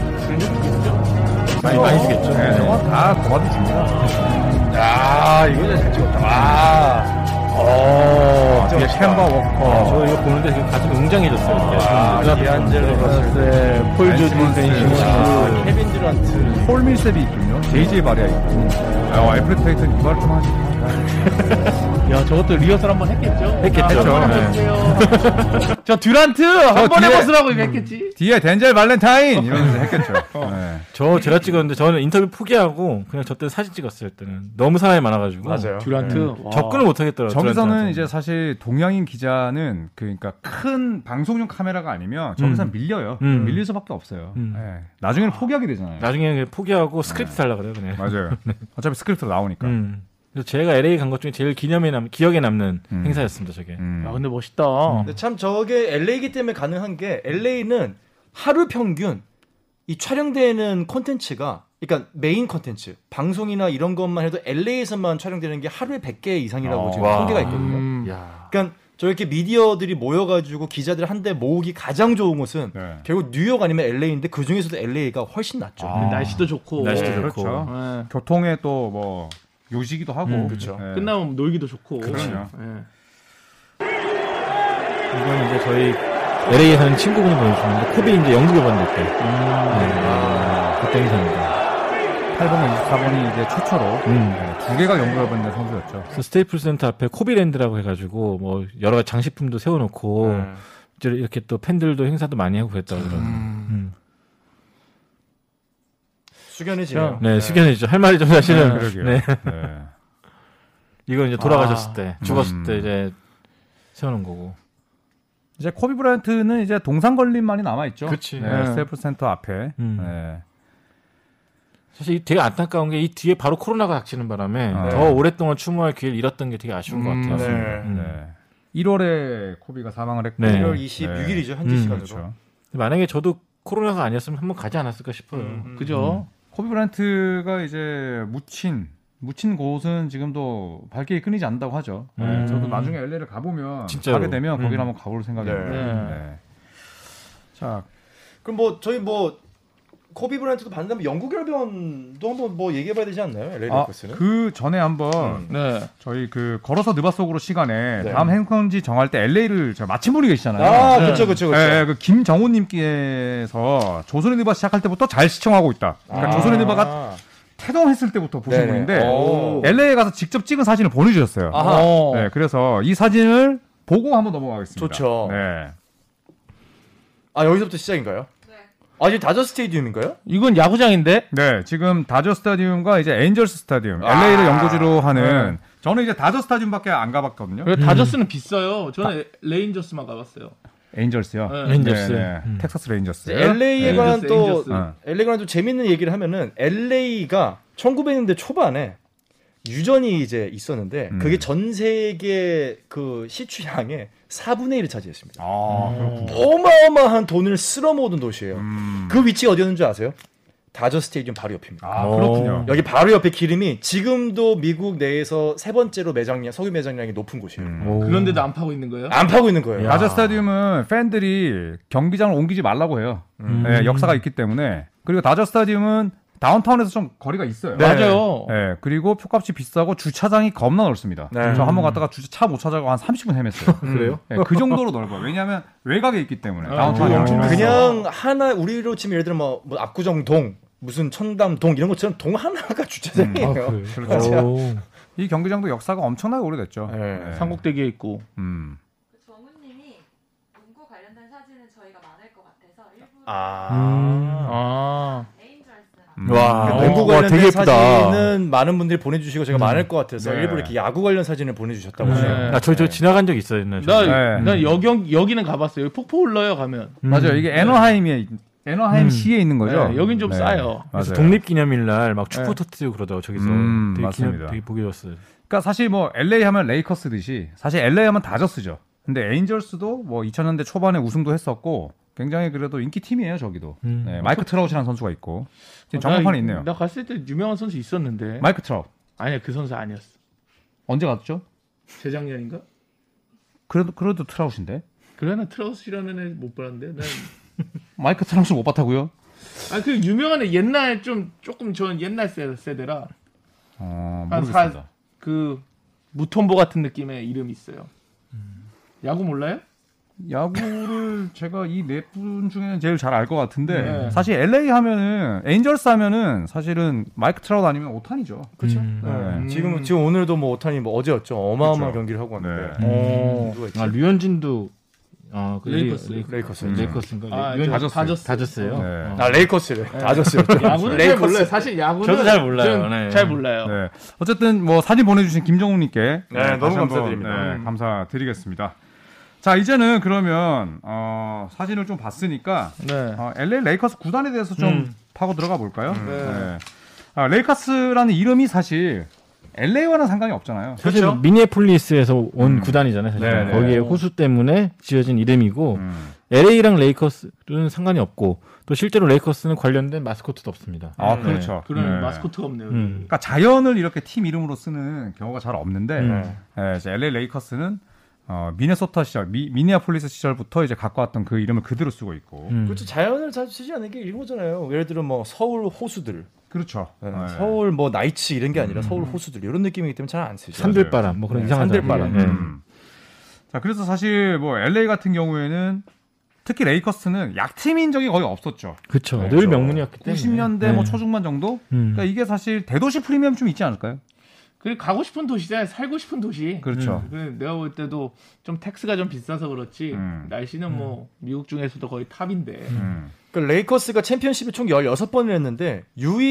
Speaker 1: 아,
Speaker 4: 많이 많이 주겠죠. 그렇죠.
Speaker 1: 네, 저거 다 고맙이 줍니다.
Speaker 3: 야 이거 잘 찍었다. 와.
Speaker 4: 아,
Speaker 3: 어.
Speaker 1: 뒤에 챔버 워커,
Speaker 4: 저 이거 보는데 지금 가슴이 웅장해졌어요. 이렇게.
Speaker 3: 아, 디안젤로 러셀.
Speaker 2: 네, 폴 조지
Speaker 1: 알지몬스.
Speaker 2: 벤시몬스.
Speaker 4: 그
Speaker 3: 아, 케빈 듀란트.
Speaker 1: 폴 밀셉이 있군요.
Speaker 4: 네.
Speaker 1: JJ 바리아 있고. 아, 애플 페이튼 이발 좀 하시고.
Speaker 2: 야, 저것도 리허설 한번 했겠죠?
Speaker 4: 했겠죠.
Speaker 2: 아, 한번
Speaker 4: 네.
Speaker 2: 해보세요. 저 음. 듀란트 한번
Speaker 1: 뒤에-
Speaker 2: 해보시라고 이거 했겠지?
Speaker 1: 뒤에 덴젤 발렌타인 이러면서 했겠죠. 네.
Speaker 4: 저 제가 찍었는데 저는 인터뷰 포기하고 그냥 저때 사진 찍었어요. 때는 너무 사람이 많아가지고
Speaker 2: 듀란트. 와.
Speaker 4: 접근을 못하겠더라고요.
Speaker 1: 저기서는
Speaker 4: 듀란트한테는.
Speaker 1: 이제 사실 동양인 기자는 그러니까 큰 방송용 카메라가 아니면 저기서 는 밀려요.
Speaker 4: 음.
Speaker 1: 밀릴 수밖에 없어요.
Speaker 4: 음.
Speaker 1: 예. 나중에는 포기하게 되잖아요.
Speaker 4: 나중에 그냥 포기하고 스크립트 달라 그래요 그냥.
Speaker 1: 맞아요. 어차피 스크립트로 나오니까. 음.
Speaker 4: 음. 그래서 제가 LA 간 것 중에 제일 기념에 남 기억에 남는
Speaker 1: 음.
Speaker 4: 행사였습니다 저게.
Speaker 2: 야, 근데 멋있다. 어,
Speaker 3: 근데 참 저게 LA이기 때문에 가능한 게 LA는 하루 평균 이 촬영되는 콘텐츠가 그러니까 메인 콘텐츠 방송이나 이런 것만 해도 LA에서만 촬영되는 게 하루에 100개 이상이라고
Speaker 1: 어,
Speaker 3: 지금
Speaker 4: 와.
Speaker 3: 통계가 있거든요.
Speaker 2: 음.
Speaker 4: 야.
Speaker 3: 그러니까 저렇게 미디어들이 모여가지고 기자들 한데 모으기 가장 좋은 곳은
Speaker 1: 네.
Speaker 3: 결국 뉴욕 아니면 LA인데 그 중에서도 LA가 훨씬 낫죠.
Speaker 1: 아.
Speaker 2: 날씨도 좋고.
Speaker 4: 날씨도
Speaker 1: 네,
Speaker 4: 좋고.
Speaker 1: 그렇죠.
Speaker 2: 예.
Speaker 1: 교통에 또 뭐 요지기도 하고.
Speaker 4: 음,
Speaker 3: 그렇죠.
Speaker 1: 예.
Speaker 2: 끝나면 놀기도 좋고.
Speaker 1: 그럼요.
Speaker 2: 예.
Speaker 4: 이건 이제 저희 LA 사는 친구분이 보내주셨는데 코비 이제 연극을 봤는데 때. 네. 그때 행사입니다.
Speaker 1: 8번과 24번이 이제 최초로
Speaker 4: 음.
Speaker 1: 예, 두 개가 연구가 받는 선수였죠.
Speaker 4: 그래서 스테이플 센터 앞에 코비랜드라고 해가지고 뭐 여러 가지 장식품도
Speaker 3: 음.
Speaker 4: 세워놓고
Speaker 3: 네.
Speaker 4: 이제 이렇게 또 팬들도 행사도 많이 하고 그랬다고 그러더라고요. 음.
Speaker 3: 숙연해지네요.
Speaker 4: 네, 숙연해지죠. 할 말이 좀 사실은.
Speaker 1: 그러게요.
Speaker 4: 네.
Speaker 1: 네.
Speaker 4: 이건 이제 돌아가셨을 때, 죽었을
Speaker 1: 음.
Speaker 4: 때 이제 세우는 거고.
Speaker 1: 이제 코비 브라이언트는 이제 동상 걸림만이 남아 있죠.
Speaker 4: 그치.
Speaker 1: 네,
Speaker 2: 네.
Speaker 1: 스테이플 센터 앞에.
Speaker 4: 음.
Speaker 1: 네.
Speaker 4: 사실 이 되게 안타까운 게 이 뒤에 바로 코로나가 닥치는 바람에
Speaker 1: 네.
Speaker 4: 더 오랫동안 추모할 기회를 잃었던 게 되게 아쉬운
Speaker 2: 음,
Speaker 4: 것 같아요.
Speaker 3: 네.
Speaker 4: 음.
Speaker 1: 네. 1월에 코비가 사망을 했고
Speaker 4: 네.
Speaker 3: 1월 26일이죠 현지
Speaker 4: 음,
Speaker 3: 시간으로.
Speaker 1: 그렇죠.
Speaker 4: 만약에 저도 코로나가 아니었으면 한번 가지 않았을까 싶어요.
Speaker 3: 음, 음.
Speaker 2: 그죠?
Speaker 1: 코비 브란트가 이제 묻힌 묻힌 곳은 지금도 발길이 끊이지 않는다고 하죠. 네,
Speaker 4: 음.
Speaker 1: 저도 나중에 LA를 가보면
Speaker 4: 진짜로.
Speaker 1: 가게 되면 거기를
Speaker 4: 음.
Speaker 1: 한번 가볼 생각이에요.
Speaker 3: 네.
Speaker 1: 네.
Speaker 2: 네.
Speaker 1: 자,
Speaker 3: 그럼 뭐 저희 뭐 코비 브라이트도 반대면 영국 열변도 한번 뭐 얘기해봐야 되지 않나요? LA
Speaker 1: 아,
Speaker 3: 레이커스는?
Speaker 1: 그 전에 한번
Speaker 3: 음.
Speaker 2: 네.
Speaker 1: 저희 그 걸어서 느바 속으로 시간에
Speaker 3: 네.
Speaker 1: 다음 행선지 정할 때 LA를 저 마침 분이 계시잖아요.
Speaker 3: 아,
Speaker 2: 네.
Speaker 3: 그렇죠, 그렇죠,
Speaker 1: 예,
Speaker 3: 그렇죠.
Speaker 1: 예, 그 김정호님께서 조선의 느바 시작할 때부터 잘 시청하고 있다. 그러니까 조선의 느바가 태동했을 때부터 보신
Speaker 3: 아. 네네.
Speaker 1: 분인데
Speaker 3: 오.
Speaker 1: LA에 가서 직접 찍은 사진을 보내주셨어요.
Speaker 3: 아하.
Speaker 2: 어.
Speaker 1: 네, 그래서 이 사진을 보고 한번 넘어가겠습니다.
Speaker 3: 좋죠.
Speaker 1: 네.
Speaker 3: 아 여기서부터 시작인가요?
Speaker 5: 네.
Speaker 3: 아 이제 다저 스테디움인가요?
Speaker 2: 이건 야구장인데?
Speaker 1: 네, 지금 다저 스타디움과 이제 엔젤스 스타디움,
Speaker 3: 아.
Speaker 1: LA를 연고지로
Speaker 3: 네.
Speaker 1: 하는 저는 이제 다저 스타디움밖에 안 가봤거든요.
Speaker 2: 그리고 다저스는 비싸요. 저는 레인저스만 가봤어요.
Speaker 1: 엔젤스요.
Speaker 2: 네.
Speaker 4: 레인저스.
Speaker 1: 네, 네.
Speaker 4: 음.
Speaker 1: 텍사스 레인저스.
Speaker 3: 이제 LA에
Speaker 2: 네.
Speaker 3: 관한 또
Speaker 2: 엔젤스, 엔젤스.
Speaker 1: 어.
Speaker 3: LA에 관한 또 재밌는 얘기를 하면은 LA가 1900년대 초반에 유전이 이제 있었는데
Speaker 1: 음.
Speaker 3: 그게 전 세계 그 시추향의 4분의 1을 차지했습니다.
Speaker 1: 아, 그렇군요.
Speaker 3: 어마어마한 돈을 쓸어 모은 도시예요.
Speaker 1: 음.
Speaker 3: 그 위치가 어디였는 줄 아세요? 다저 스테디움 바로 옆입니다.
Speaker 1: 아, 그렇군요.
Speaker 3: 여기 바로 옆에 기름이 지금도 미국 내에서 세 번째로 매장량 석유 매장량이 높은 곳이에요.
Speaker 1: 음.
Speaker 2: 그런데도 안 파고 있는 거예요?
Speaker 3: 안 파고 있는 거예요.
Speaker 1: 가자 스타디움은 팬들이 경기장을 옮기지 말라고 해요.
Speaker 3: 음.
Speaker 4: 음.
Speaker 1: 예,
Speaker 3: 아,
Speaker 1: 역사가 있기 때문에. 그리고 다저 스타디움은 다운타운에서 좀 거리가 있어요.
Speaker 3: 네.
Speaker 2: 맞아요.
Speaker 1: 예, 그리고 표값이 비싸고 주차장이 겁나 넓습니다.
Speaker 3: 네.
Speaker 1: 저 한 번 갔다가 주차 차 못 찾아가고 한 30분 헤맸어요.
Speaker 3: 그래요?
Speaker 1: 예, 그 정도로 넓어요. 왜냐하면 외곽에 있기 때문에 다운타운이 엄청
Speaker 2: 그거 엄청
Speaker 1: 넓어요.
Speaker 3: 음. 그냥 하나 우리로 치면 예를 들어 뭐, 뭐 압구정동 무슨 천담동 이런 것처럼 동 하나가
Speaker 4: 아,
Speaker 3: 주차장이에요.
Speaker 1: 이 경기장도 역사가 엄청나게 오래됐죠.
Speaker 3: 네.
Speaker 1: 예.
Speaker 2: 삼국대기에 있고.
Speaker 1: 음.
Speaker 5: 그 정우님이 문구 관련된 사진은 저희가 많을 것 같아서 일부
Speaker 3: 아.
Speaker 2: 아.
Speaker 5: 애인 줄 알았어요.
Speaker 1: 음.
Speaker 6: 와.
Speaker 3: 그
Speaker 2: 어,
Speaker 3: 농구
Speaker 6: 와, 되게
Speaker 3: 관련된
Speaker 6: 예쁘다.
Speaker 3: 사진은 많은 분들이 보내주시고 제가 많을 것 같아서
Speaker 1: 네.
Speaker 3: 일부러 이렇게 야구 관련 사진을 보내주셨다고
Speaker 2: 네.
Speaker 3: 해요.
Speaker 4: 아, 저희 저 지나간 적 있었나요?
Speaker 2: 나,
Speaker 1: 네.
Speaker 2: 나 여기, 여기는 가봤어요. 여기 폭포 흘러요, 가면.
Speaker 1: 맞아요. 이게 애너하임에 애너하임
Speaker 4: 음.
Speaker 1: 시에 있는 거죠.
Speaker 2: 네, 여긴 좀
Speaker 1: 네.
Speaker 2: 싸요.
Speaker 1: 맞아요.
Speaker 4: 그래서 독립기념일 날 막
Speaker 2: 네.
Speaker 4: 축구 터트리고 그러다가 저기서
Speaker 1: 음,
Speaker 4: 되게,
Speaker 1: 맞습니다.
Speaker 4: 기념, 되게 보기 좋았어요.
Speaker 1: 그러니까 사실 뭐 LA 하면 레이커스듯이 사실 LA 하면 다저스죠. 근데 에인절스도 뭐 2000년대 초반에 우승도 했었고 굉장히 그래도 인기 팀이에요 저기도.
Speaker 4: 음.
Speaker 1: 네, 마이크 트라우치라는 선수가 있고 지금
Speaker 2: 아, 나-
Speaker 1: 정보판에 있네요.
Speaker 2: 나 갔을 때 유명한 선수 있었는데.
Speaker 1: 마이크 트라우
Speaker 2: 아니야, 그 선수 아니었어.
Speaker 1: 언제 갔죠?
Speaker 2: 재작년인가?
Speaker 1: 그래도 그래도 트라우신데
Speaker 2: 그래, 나 트러스라는 애 못 봤는데. 난...
Speaker 1: 마이크 트라우스 못 봤다고요?
Speaker 2: 아, 그 유명한 애 옛날 좀, 조금 전 옛날 세- 세대라.
Speaker 1: 어,
Speaker 2: 한
Speaker 1: 모르겠습니다.
Speaker 2: 사- 그, 무톤보 같은 느낌의 이름 있어요. 야구 몰라요?
Speaker 1: 야구를 제가 이 네 분 중에는 제일 잘 알 것 같은데
Speaker 2: 네.
Speaker 1: 사실 LA 하면은 에인절스 하면은 사실은 마이크 트라우드 아니면 오탄이죠.
Speaker 3: 그렇죠.
Speaker 4: 음.
Speaker 1: 네.
Speaker 3: 지금 지금 오늘도 뭐 오타니 뭐 어제였죠. 어마어마한
Speaker 1: 그렇죠.
Speaker 3: 경기를 하고 왔는데.
Speaker 1: 네.
Speaker 3: 누가 있지?
Speaker 4: 음. 아, 류현진도 아, 그
Speaker 2: 레이커스.
Speaker 4: 레이-
Speaker 3: 어, 레이커스.
Speaker 4: 레이- 네, 레이커스인가?
Speaker 2: 아,
Speaker 4: 류현진-
Speaker 2: 다저스. 다저스.
Speaker 4: 다저스예요.
Speaker 1: 음. 네.
Speaker 4: 어.
Speaker 3: 아 레이커스래. 다저스였죠.
Speaker 2: 야구는 잘 몰라요. 사실 야구는
Speaker 4: 저도 잘 몰라요.
Speaker 2: 저는
Speaker 4: 네.
Speaker 2: 잘 몰라요.
Speaker 1: 네. 어쨌든 뭐 사진 보내주신 김정우님께
Speaker 3: 네,
Speaker 1: 다시
Speaker 3: 너무
Speaker 1: 한번,
Speaker 3: 감사드립니다.
Speaker 1: 네, 감사드리겠습니다. 자 이제는 그러면 어, 사진을 좀 봤으니까
Speaker 2: 네.
Speaker 1: 어, LA 레이커스 구단에 대해서 좀
Speaker 4: 음.
Speaker 1: 파고 들어가 볼까요?
Speaker 2: 네.
Speaker 1: 아, 레이커스라는 이름이 사실 LA와는 상관이 없잖아요.
Speaker 4: 사실 뭐 미니애폴리스에서 온 구단이잖아요. 사실
Speaker 1: 그렇죠? 네, 네.
Speaker 4: 거기에 호수 때문에 지어진 이름이고
Speaker 1: 음.
Speaker 4: LA랑 레이커스는 상관이 없고 또 실제로 레이커스는 관련된 마스코트도 없습니다.
Speaker 1: 아
Speaker 4: 네.
Speaker 1: 그렇죠.
Speaker 2: 그런
Speaker 1: 네.
Speaker 2: 마스코트가 없네요.
Speaker 4: 음.
Speaker 1: 그러니까 자연을 이렇게 팀 이름으로 쓰는 경우가 잘 없는데
Speaker 4: 음.
Speaker 1: 예, 이제 LA 레이커스는 어, 미네소타 시절, 미, 미니아폴리스 시절부터 이제 갖고 왔던 그 이름을 그대로 쓰고 있고
Speaker 4: 음.
Speaker 3: 그렇죠. 자연을 자주 쓰지 않는 게 이런 거잖아요. 예를 들어 뭐 서울 호수들,
Speaker 1: 그렇죠.
Speaker 3: 네.
Speaker 1: 예.
Speaker 3: 서울 뭐 나이츠 이런 게 아니라 서울 호수들 이런 느낌이기 때문에 잘 안 쓰죠.
Speaker 4: 산들바람 뭐 그런
Speaker 3: 네,
Speaker 4: 이상한
Speaker 3: 산들바람.
Speaker 4: 사람들. 네.
Speaker 1: 음. 자, 그래서 사실 뭐 LA 같은 경우에는 특히 레이커스는 약팀인 적이 거의 없었죠.
Speaker 4: 그렇죠.
Speaker 1: 네,
Speaker 4: 늘
Speaker 1: 그렇죠.
Speaker 4: 명문이었기 때문에.
Speaker 1: 90년대 뭐
Speaker 4: 네.
Speaker 1: 초중반 정도?
Speaker 4: 음.
Speaker 1: 그러니까 이게 사실 대도시 프리미엄 좀 있지 않을까요?
Speaker 2: 그리고 가고 싶은 도시잖아요. 살고 싶은 도시.
Speaker 1: 그렇죠.
Speaker 2: 그 내가 볼 때도 좀 택스가 좀 비싸서 그렇지
Speaker 1: 음.
Speaker 2: 날씨는 뭐 미국 중에서도 거의 탑인데
Speaker 1: 음.
Speaker 3: 그러니까 레이커스가 챔피언십을 총 16번을 했는데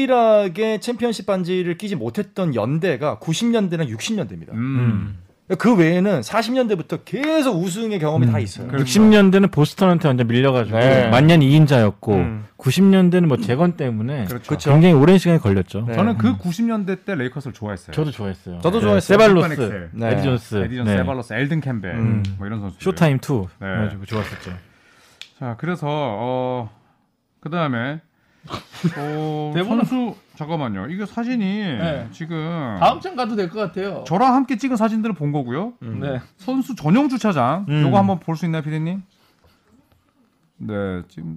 Speaker 3: 유일하게 챔피언십 반지를 끼지 못했던 연대가 90년대랑 60년대입니다.
Speaker 1: 음.
Speaker 3: 그 외에는 40년대부터 계속 우승의 경험이
Speaker 4: 음.
Speaker 3: 다 있어요.
Speaker 1: 그렇죠.
Speaker 4: 60년대는 보스턴한테 완전 밀려가지고
Speaker 3: 네.
Speaker 4: 만년 2인자였고
Speaker 3: 음.
Speaker 4: 90년대는 뭐 재건 때문에
Speaker 1: 그렇죠.
Speaker 4: 굉장히 오랜 시간이 걸렸죠.
Speaker 3: 네.
Speaker 1: 저는
Speaker 4: 음.
Speaker 1: 그 90년대 때 레이커스를 좋아했어요.
Speaker 4: 저도 좋아했어요.
Speaker 3: 저도
Speaker 4: 네,
Speaker 3: 좋아했어요.
Speaker 1: 엑셀.
Speaker 4: 세발로스,
Speaker 3: 네.
Speaker 4: 에디 존스,
Speaker 1: 에디전
Speaker 4: 네.
Speaker 1: 세발로스, 엘든 캠벨
Speaker 4: 음.
Speaker 1: 뭐 이런 선수.
Speaker 4: 쇼타임 2
Speaker 1: 네.
Speaker 4: 그래가지고 좋았었죠.
Speaker 1: 자, 그래서 어 그다음에 어,
Speaker 2: 대본은-
Speaker 1: 선수 잠깐만요. 이게 사진이
Speaker 2: 네.
Speaker 1: 지금
Speaker 2: 다음 장 가도 될 것 같아요.
Speaker 1: 저랑 함께 찍은 사진들을 본 거고요.
Speaker 2: 네.
Speaker 1: 선수 전용 주차장
Speaker 4: 음.
Speaker 1: 요거 한번 볼 수 있나요, 피디님? 네, 지금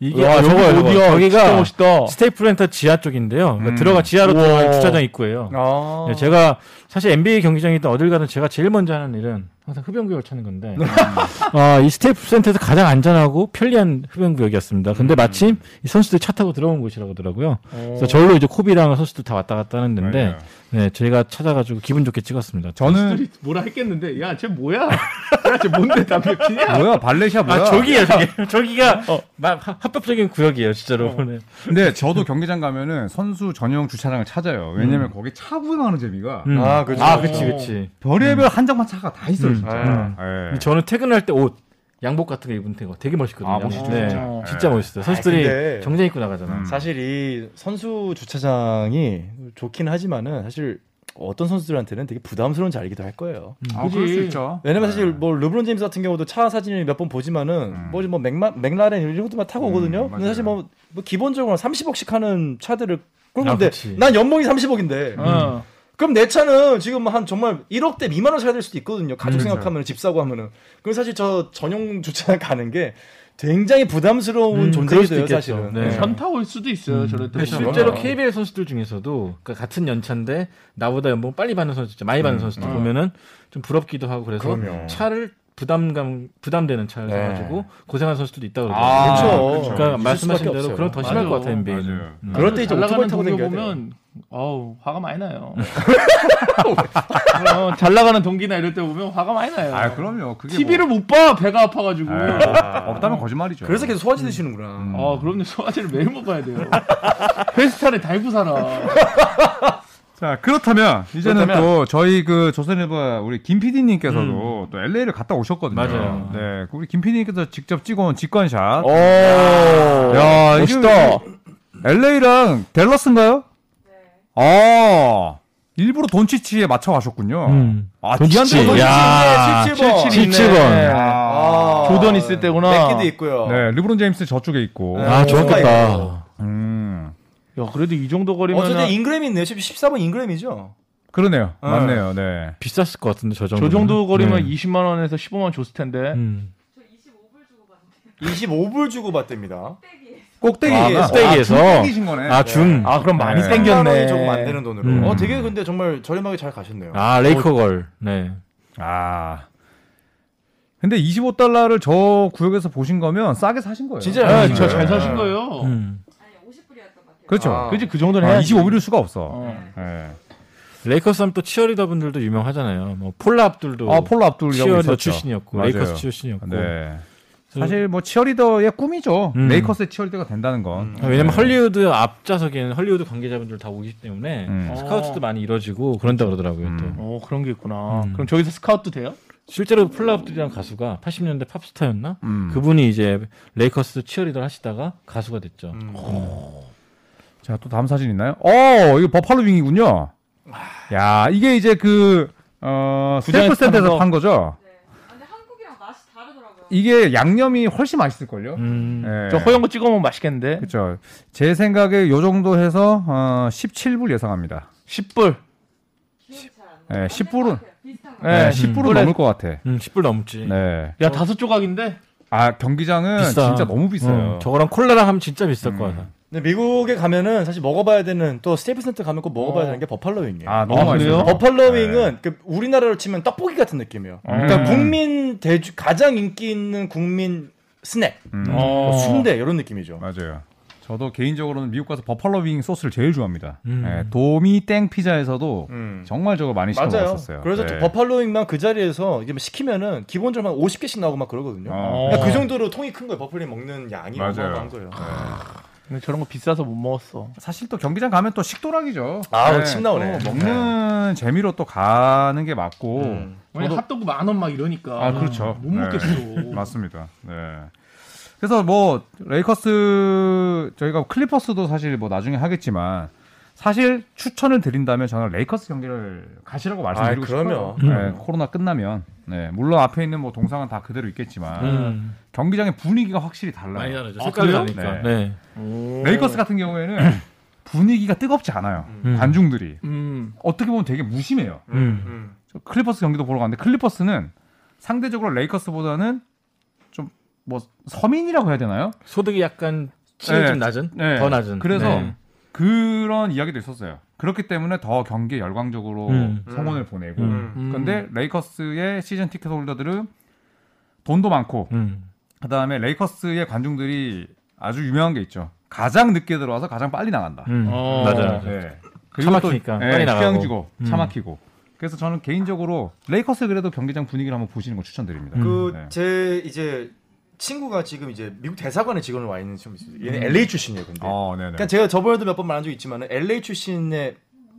Speaker 4: 이게
Speaker 2: 와,
Speaker 4: 아,
Speaker 2: 저거,
Speaker 4: 저거,
Speaker 2: 저거.
Speaker 4: 저거.
Speaker 2: 진짜
Speaker 4: 여기가
Speaker 2: 멋있다.
Speaker 4: 스테이플 렌터 지하 쪽인데요. 그러니까
Speaker 1: 음.
Speaker 4: 들어가 지하로
Speaker 3: 우와.
Speaker 4: 들어가는 주차장 입구예요.
Speaker 3: 아.
Speaker 4: 네, 제가 사실 NBA 경기장이든 어딜 가든 제가 제일 먼저 하는 일은 항상 흡연구역을 찾는 건데 아, 이 스테이프 센터에서 가장 안전하고 편리한 흡연구역이었습니다. 근데 마침 이 선수들이 차 타고 들어온 곳이라고 하더라고요. 그래서 저로 이제 코비랑 선수들 다 왔다 갔다 하는데
Speaker 1: 맞아요.
Speaker 4: 네, 저희가 찾아가지고 기분 좋게 찍었습니다.
Speaker 1: 저는
Speaker 2: 둘이 뭐라 했겠는데 야 쟤 뭐야? 야 쟤 뭔데 담배 피냐?
Speaker 1: 뭐야 발레시아 뭐야?
Speaker 4: 아, 저기예요, 저기. 저기가 막 하- 합법적인 구역이에요, 진짜로. 네.
Speaker 1: 근데 저도 경기장 가면은 선수 전용 주차장을 찾아요. 왜냐면 거기 차 구경하는 재미가
Speaker 4: 음.
Speaker 3: 아, 그렇죠.
Speaker 4: 아, 그치, 그치.
Speaker 1: 별의별 한 장만 차가 다 있어요,
Speaker 4: 음.
Speaker 1: 진짜.
Speaker 3: 음.
Speaker 1: 예.
Speaker 4: 근데 저는 퇴근할 때 옷, 양복 같은 거 입은 거 되게 멋있거든요.
Speaker 1: 아, 멋있죠,
Speaker 4: 네.
Speaker 1: 진짜.
Speaker 4: 어,
Speaker 1: 네.
Speaker 4: 진짜 멋있어요. 선수들이
Speaker 3: 아, 근데-
Speaker 4: 정장 입고 나가잖아.
Speaker 1: 음.
Speaker 3: 사실 이 선수 주차장이 좋긴 하지만은 사실 어떤 선수들한테는 되게 부담스러운 자리이기도 할 거예요.
Speaker 1: 아,
Speaker 2: 그지.
Speaker 1: 그럴 수 있죠.
Speaker 3: 왜냐면
Speaker 1: 네.
Speaker 3: 사실 뭐 르브론 제임스 같은 경우도 차 사진을 몇 번 보지만은
Speaker 1: 음.
Speaker 3: 뭐지 뭐 맥마, 맥라렌 이런 것들만 타고
Speaker 1: 음,
Speaker 3: 오거든요. 근데
Speaker 1: 맞아요.
Speaker 3: 사실 뭐, 뭐 기본적으로 30억씩 하는 차들을
Speaker 4: 아,
Speaker 3: 끄는데
Speaker 4: 그치.
Speaker 3: 난 연봉이 30억인데
Speaker 2: 어.
Speaker 3: 그럼 내 차는 지금 한 정말 1억대 미만으로 사야 될 수도 있거든요. 가족
Speaker 1: 음,
Speaker 3: 생각하면 집 사고 하면은 그럼 사실 저 전용 주차장 가는 게 굉장히 부담스러운
Speaker 4: 음, 그럴
Speaker 3: 존재이
Speaker 4: 수도
Speaker 3: 돼요
Speaker 4: 있겠죠.
Speaker 3: 사실은.
Speaker 4: 네.
Speaker 3: 네.
Speaker 2: 현타 올 수도 있어요. 저랬다
Speaker 4: 근데
Speaker 2: 보면.
Speaker 4: 실제로
Speaker 2: 어.
Speaker 4: KBL 선수들 중에서도 그러니까 같은 연차인데 나보다 연봉 빨리 받는 선수, 진짜 많이 받는 선수들 보면은 좀 부럽기도 하고 그래서
Speaker 3: 그럼요.
Speaker 4: 차를 부담감 부담되는 차를
Speaker 3: 네.
Speaker 4: 사가지고 고생한 선수들도 있다고
Speaker 1: 아,
Speaker 4: 그러더라고요.
Speaker 3: 그렇죠.
Speaker 1: 그렇죠.
Speaker 4: 그러니까
Speaker 3: 있을
Speaker 4: 말씀하신
Speaker 3: 수밖에
Speaker 4: 대로
Speaker 3: 없어요.
Speaker 4: 그럼 더 심할
Speaker 2: 맞아.
Speaker 4: 것 같아요 NBA는.
Speaker 1: 맞아요.
Speaker 4: 음.
Speaker 3: 그럴 때 이제
Speaker 2: 잘
Speaker 3: 오토바이
Speaker 2: 나가는
Speaker 3: 타고
Speaker 2: 동기
Speaker 3: 댕겨야
Speaker 2: 보면 어우 화가 많이 나요. 어, 잘 나가는 동기나 이럴 때 보면 화가 많이 나요.
Speaker 1: 아, 그럼요. 그게
Speaker 2: TV를
Speaker 1: 뭐...
Speaker 2: 못 봐. 배가 아파가지고.
Speaker 1: 아, 없다면 거짓말이죠.
Speaker 3: 그래서 계속 소화제 드시는구나.
Speaker 2: 아, 그럼요. 소화제를 매일 먹어야 돼요. 페스타를 달고 살아.
Speaker 1: 자 그렇다면 이제는
Speaker 3: 그렇다면-
Speaker 1: 또 저희 그 조선일보 우리 김 PD님께서도 또 LA를 갔다 오셨거든요.
Speaker 4: 음. 맞아요.
Speaker 1: 네, 우리 김 PD님께서 직접 찍어온 직관샷.
Speaker 3: 오.
Speaker 1: 야, 멋있다. LA랑 댈러스인가요?
Speaker 5: 네.
Speaker 1: 아, 일부러 돈치치에 맞춰 가셨군요.
Speaker 4: 음.
Speaker 1: 아,
Speaker 4: 돈치치.
Speaker 3: 어,
Speaker 1: 디안드레 돈치치.
Speaker 4: 야,
Speaker 3: 77번.
Speaker 4: 77번.
Speaker 1: 아.
Speaker 2: 조던 있을 때구나.
Speaker 3: 백기도 있고요.
Speaker 1: 네, 르브론 제임스 저쪽에 있고.
Speaker 3: 네.
Speaker 4: 아 좋았겠다.
Speaker 1: 음.
Speaker 2: 야, 그래도 이 정도 거리면
Speaker 3: 어쨌든 인그램이 있네요. 14번 인그램이죠.
Speaker 1: 그러네요.
Speaker 3: 네.
Speaker 1: 맞네요.
Speaker 4: 어.
Speaker 1: 네.
Speaker 4: 비쌌을 것 같은데 저 정도.
Speaker 2: 저 정도 거리면 20만 원에서 15만 원 줬을 텐데.
Speaker 4: 네. 음.
Speaker 5: 저 25불 주고 봤는데
Speaker 3: 25불 주고 봤답니다.
Speaker 5: 떼기
Speaker 1: 꼭대기
Speaker 3: 아,
Speaker 4: 꼭대기에서.
Speaker 1: 신 거네.
Speaker 4: 아 준.
Speaker 2: 아, 그럼 많이
Speaker 1: 네.
Speaker 2: 땡겼네.
Speaker 3: 원이 조금 안 되는 돈으로.
Speaker 4: 음.
Speaker 3: 어, 되게 근데 정말 저렴하게 잘 가셨네요.
Speaker 4: 아 레이커걸. 네.
Speaker 1: 아. 근데 25달러를 저 구역에서 보신 거면 싸게 사신 거예요.
Speaker 3: 진짜
Speaker 2: 아,
Speaker 3: 네.
Speaker 2: 저 잘
Speaker 3: 네.
Speaker 2: 사신 거예요.
Speaker 4: 음.
Speaker 5: 아니 50불이었던 것 같아요. 네.
Speaker 1: 그렇죠.
Speaker 3: 아.
Speaker 2: 그지 그 정도는
Speaker 1: 아,
Speaker 2: 해야지.
Speaker 1: 25일일 수가 없어.
Speaker 2: 어.
Speaker 1: 예.
Speaker 4: 레이커스 하면 또 치어리더 분들도 유명하잖아요. 뭐 폴라 압둘도
Speaker 1: 아, 폴라 압둘 이런 거
Speaker 4: 치어리더
Speaker 1: 있었죠.
Speaker 4: 출신이었고
Speaker 1: 맞아요.
Speaker 4: 레이커스 출신이었고.
Speaker 1: 네. 사실 뭐 치어리더의 꿈이죠.
Speaker 4: 음.
Speaker 1: 레이커스의 치어리더가 된다는 건.
Speaker 4: 아, 왜냐면
Speaker 1: 네.
Speaker 4: 헐리우드 앞좌석에는 헐리우드 관계자분들 다 오기 때문에 뭐
Speaker 1: 음.
Speaker 4: 스카우트도 많이 이뤄지고 그런다 그러더라고요.
Speaker 1: 음.
Speaker 4: 또
Speaker 2: 어, 그런 게 있구나.
Speaker 4: 음.
Speaker 2: 그럼 저기서 스카웃도 돼요?
Speaker 4: 실제로 플라업들이란 가수가 80년대 팝스타였나?
Speaker 1: 음.
Speaker 4: 그분이 이제 레이커스 치어리더 를 하시다가 가수가 됐죠.
Speaker 3: 음.
Speaker 1: 자, 또 다음 사진 있나요? 어, 이거 버팔로 윙이군요. 야, 이게 이제 그, 어,
Speaker 4: 구장에서
Speaker 1: 스테이플 센터에서
Speaker 4: 파는
Speaker 1: 판 거죠?
Speaker 5: 네. 아, 근데 한국이랑 맛이 다르더라고요.
Speaker 1: 이게 양념이 훨씬 맛있을걸요?
Speaker 4: 음.
Speaker 1: 예.
Speaker 2: 저 허영 거 찍어 먹으면 맛있겠는데.
Speaker 1: 그렇죠. 제 생각에 요 정도 해서 어, 17불 예상합니다.
Speaker 2: 10불.
Speaker 5: 기억이 잘안
Speaker 1: 예,
Speaker 5: 나요.
Speaker 1: 10불은
Speaker 5: 비슷한 거
Speaker 2: 예.
Speaker 1: 네,
Speaker 2: 네,
Speaker 1: 10불은
Speaker 2: 원래-
Speaker 1: 넘을 것 같아.
Speaker 4: 음, 10불 넘지.
Speaker 1: 네.
Speaker 2: 야, 다섯 조각인데.
Speaker 1: 아 경기장은
Speaker 4: 비싸.
Speaker 1: 진짜 너무 비싸요.
Speaker 4: 어, 저거랑 콜라랑 하면 진짜 비쌀
Speaker 1: 음.
Speaker 4: 것 같아.
Speaker 3: 근데 미국에 가면은 사실 먹어봐야 되는 또 스테이프 센터 가면 꼭 먹어봐야
Speaker 2: 어.
Speaker 3: 되는 게 버팔로 윙이에요.
Speaker 1: 아 너무 네.
Speaker 2: 아,
Speaker 1: 맛있어요.
Speaker 2: 그래요?
Speaker 3: 버팔로 윙은 그 우리나라로 치면 떡볶이 같은 느낌이에요.
Speaker 1: 음.
Speaker 3: 그러니까 국민 대주 가장 인기 있는 국민 스낵,
Speaker 1: 음,
Speaker 3: 뭐
Speaker 2: 어.
Speaker 3: 순대 이런 느낌이죠.
Speaker 1: 맞아요. 저도 개인적으로는 미국 가서 버팔로 윙 소스를 제일 좋아합니다.
Speaker 4: 음.
Speaker 1: 네, 도미 땡 피자에서도
Speaker 3: 음.
Speaker 1: 정말 저거 많이 시켜
Speaker 3: 맞아요.
Speaker 1: 먹었었어요.
Speaker 3: 그래서
Speaker 1: 네.
Speaker 3: 또 버팔로잉만 그 자리에서 이제 뭐 시키면은 기본적으로 한 50개씩 나오고 막 그러거든요.
Speaker 1: 어.
Speaker 3: 그러니까 그 정도로 통이 큰 거예요. 버팔로잉 먹는 양이
Speaker 1: 맞아요.
Speaker 3: 어마어마한 거예요.
Speaker 2: 근데 저런 거 비싸서 못 먹었어.
Speaker 1: 사실 또 경기장 가면 또 식도락이죠.
Speaker 3: 아우, 침 나오네.
Speaker 1: 또 먹는 재미로 또 가는 게 맞고
Speaker 3: 음.
Speaker 2: 왜냐 핫도그 만 원 막 이러니까.
Speaker 1: 아, 그렇죠.
Speaker 2: 못
Speaker 1: 네.
Speaker 2: 먹겠어.
Speaker 1: 맞습니다. 네. 그래서 뭐 레이커스 저희가 클리퍼스도 사실 뭐 나중에 하겠지만 사실 추천을 드린다면 저는 레이커스 경기를 가시라고 말씀드리고
Speaker 3: 아이,
Speaker 1: 싶어요.
Speaker 3: 그럼요.
Speaker 1: 네,
Speaker 4: 음.
Speaker 1: 코로나 끝나면 네, 물론 앞에 있는 뭐 동상은 다 그대로 있겠지만
Speaker 4: 음.
Speaker 1: 경기장의 분위기가 확실히 달라요.
Speaker 4: 많이 다르죠.
Speaker 2: 아,
Speaker 4: 색깔이
Speaker 2: 그래요?
Speaker 4: 다르니까.
Speaker 1: 네.
Speaker 4: 네.
Speaker 1: 레이커스 같은 경우에는 분위기가 뜨겁지 않아요.
Speaker 4: 음.
Speaker 1: 관중들이
Speaker 2: 음.
Speaker 1: 어떻게 보면 되게 무심해요.
Speaker 4: 음.
Speaker 3: 음.
Speaker 1: 저 클리퍼스 경기도 보러 갔는데 클리퍼스는 상대적으로 레이커스보다는 좀 뭐 서민이라고 해야 되나요?
Speaker 4: 소득이 약간 층이
Speaker 1: 네.
Speaker 4: 좀 낮은?
Speaker 1: 네.
Speaker 4: 더 낮은.
Speaker 1: 그래서
Speaker 4: 네.
Speaker 1: 그런 이야기도 있었어요. 그렇기 때문에 더 경기에 열광적으로
Speaker 4: 음.
Speaker 1: 성원을 보내고.
Speaker 4: 음.
Speaker 2: 음.
Speaker 1: 근데 레이커스의 시즌 티켓 홀더들은 돈도 많고
Speaker 4: 음.
Speaker 1: 그다음에 레이커스의 관중들이 아주 유명한 게 있죠. 가장 늦게 들어와서 가장 빨리 나간다.
Speaker 4: 음.
Speaker 2: 어.
Speaker 4: 맞아, 맞아.
Speaker 1: 네.
Speaker 4: 차 막히니까 빨리 나가고.
Speaker 1: 휴양지고 차
Speaker 4: 음.
Speaker 1: 막히고. 그래서 저는 개인적으로 레이커스 그래도 경기장 분위기를 한번 보시는 걸 추천드립니다.
Speaker 4: 음.
Speaker 1: 네.
Speaker 3: 그제 이제 친구가 지금 이제 미국 대사관에 직원으로 와 있는 친구 있어요. 얘는 LA 출신이에요, 근데.
Speaker 1: 어, 음. 네네.
Speaker 3: 그러니까 제가 저번에도 몇 번 말한 적 있지만 LA 출신의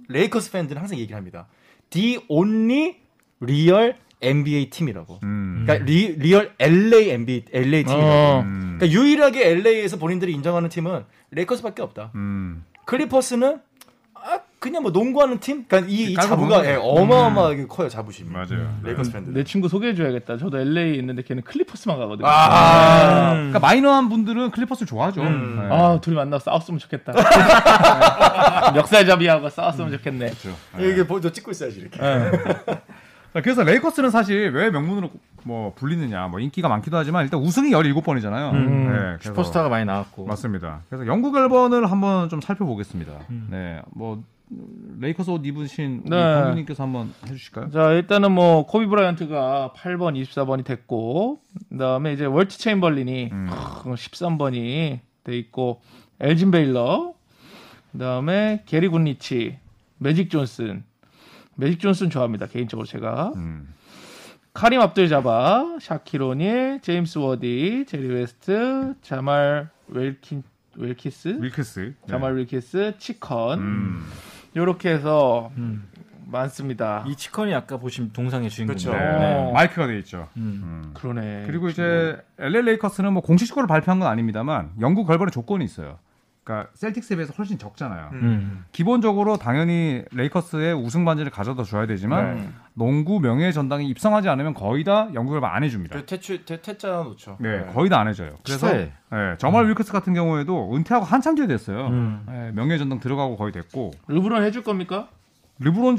Speaker 3: 레이커스 팬들은 항상 얘기를 합니다. The only real NBA 팀이라고.
Speaker 1: 음.
Speaker 3: 그러니까 리, 얼 LA NBA LA 팀이라고.
Speaker 2: 어.
Speaker 1: 음.
Speaker 3: 그러니까 유일하게 LA에서 본인들이 인정하는 팀은 레이커스밖에 없다.
Speaker 1: 음.
Speaker 3: 클리퍼스는 아, 그냥 뭐 농구하는 팀. 그러니까 이, 이
Speaker 1: 깔고
Speaker 3: 자부가
Speaker 1: 먹는
Speaker 3: 예, 어마어마하게 커요 자부심이.
Speaker 1: 음. 맞아요. 네.
Speaker 3: 레이커스 팬들.
Speaker 2: 내 친구 소개해줘야겠다. 저도 LA 있는데 걔는 클리퍼스만 가거든요. 아,
Speaker 3: 아,
Speaker 1: 그러니까 마이너한 분들은 클리퍼스를 좋아하죠.
Speaker 3: 음.
Speaker 1: 네.
Speaker 2: 둘이 만나 서 싸웠으면 좋겠다. 역살잡이하고 싸웠으면 좋겠네.
Speaker 3: 이게 뭐 보저 찍고 있어야지 이렇게.
Speaker 1: 자, 그러니까 그래서 레이커스는 사실 왜 명문으로 뭐 불리느냐, 뭐 인기가 많기도 하지만 일단 우승이 17번이잖아요. 네,
Speaker 4: 음.
Speaker 1: 그래서-
Speaker 4: 슈퍼스타가 많이 나왔고.
Speaker 1: 맞습니다. 그래서 영국 앨범을 한번 좀 살펴보겠습니다. 네, 뭐 레이커스 옷 입으신 우리
Speaker 2: 네.
Speaker 1: 감독님께서 한번 해주실까요?
Speaker 2: 자 일단은 뭐 코비 브라이언트가 8번, 24번이 됐고 그다음에 이제 월트 체인벌린이
Speaker 1: 음.
Speaker 2: 13번이 돼 있고 엘진 베일러 그다음에 게리 굿리치, 매직 존슨. 매직 존슨 좋아합니다. 개인적으로 제가.
Speaker 1: 음.
Speaker 2: 카림 압둘 자바, 샤키로니, 제임스 워디, 제리 웨스트, 자말 웰킨 웰키스,
Speaker 1: 윌크스. 네.
Speaker 2: 자말 웰키스, 치컨.
Speaker 1: 음.
Speaker 2: 요렇게 해서
Speaker 4: 음.
Speaker 2: 많습니다.
Speaker 4: 이 치컨이 아까 보신 동상의 주인공.
Speaker 3: 그쵸.
Speaker 1: 네.
Speaker 2: 어.
Speaker 1: 마이크가 돼 있죠.
Speaker 4: 음.
Speaker 1: 음.
Speaker 2: 그러네.
Speaker 1: 그리고 이제 LA 레이커스는 뭐 공식적으로 발표한 건 아닙니다만 영국 앨범의 조건이 있어요. 그러니까 셀틱스에 비해서 훨씬 적잖아요.
Speaker 4: 음.
Speaker 1: 기본적으로 당연히 레이커스의 우승 반지를 가져다 줘야 되지만
Speaker 2: 네.
Speaker 1: 농구 명예 의 전당에 입성하지 않으면 거의 다 영국 앨범 안 해줍니다.
Speaker 3: 그 퇴출 퇴 퇴짜 놓죠.
Speaker 1: 그러니까. 네, 거의 다 안 해줘요. 그래서
Speaker 4: 치사해.
Speaker 1: 예, 저말 윌크스 같은 경우에도 은퇴하고 한참 뒤에 됐어요.
Speaker 4: 음.
Speaker 1: 예, 명예 전당 들어가고 거의 됐고
Speaker 2: 르브론 해줄 겁니까?
Speaker 1: 르브론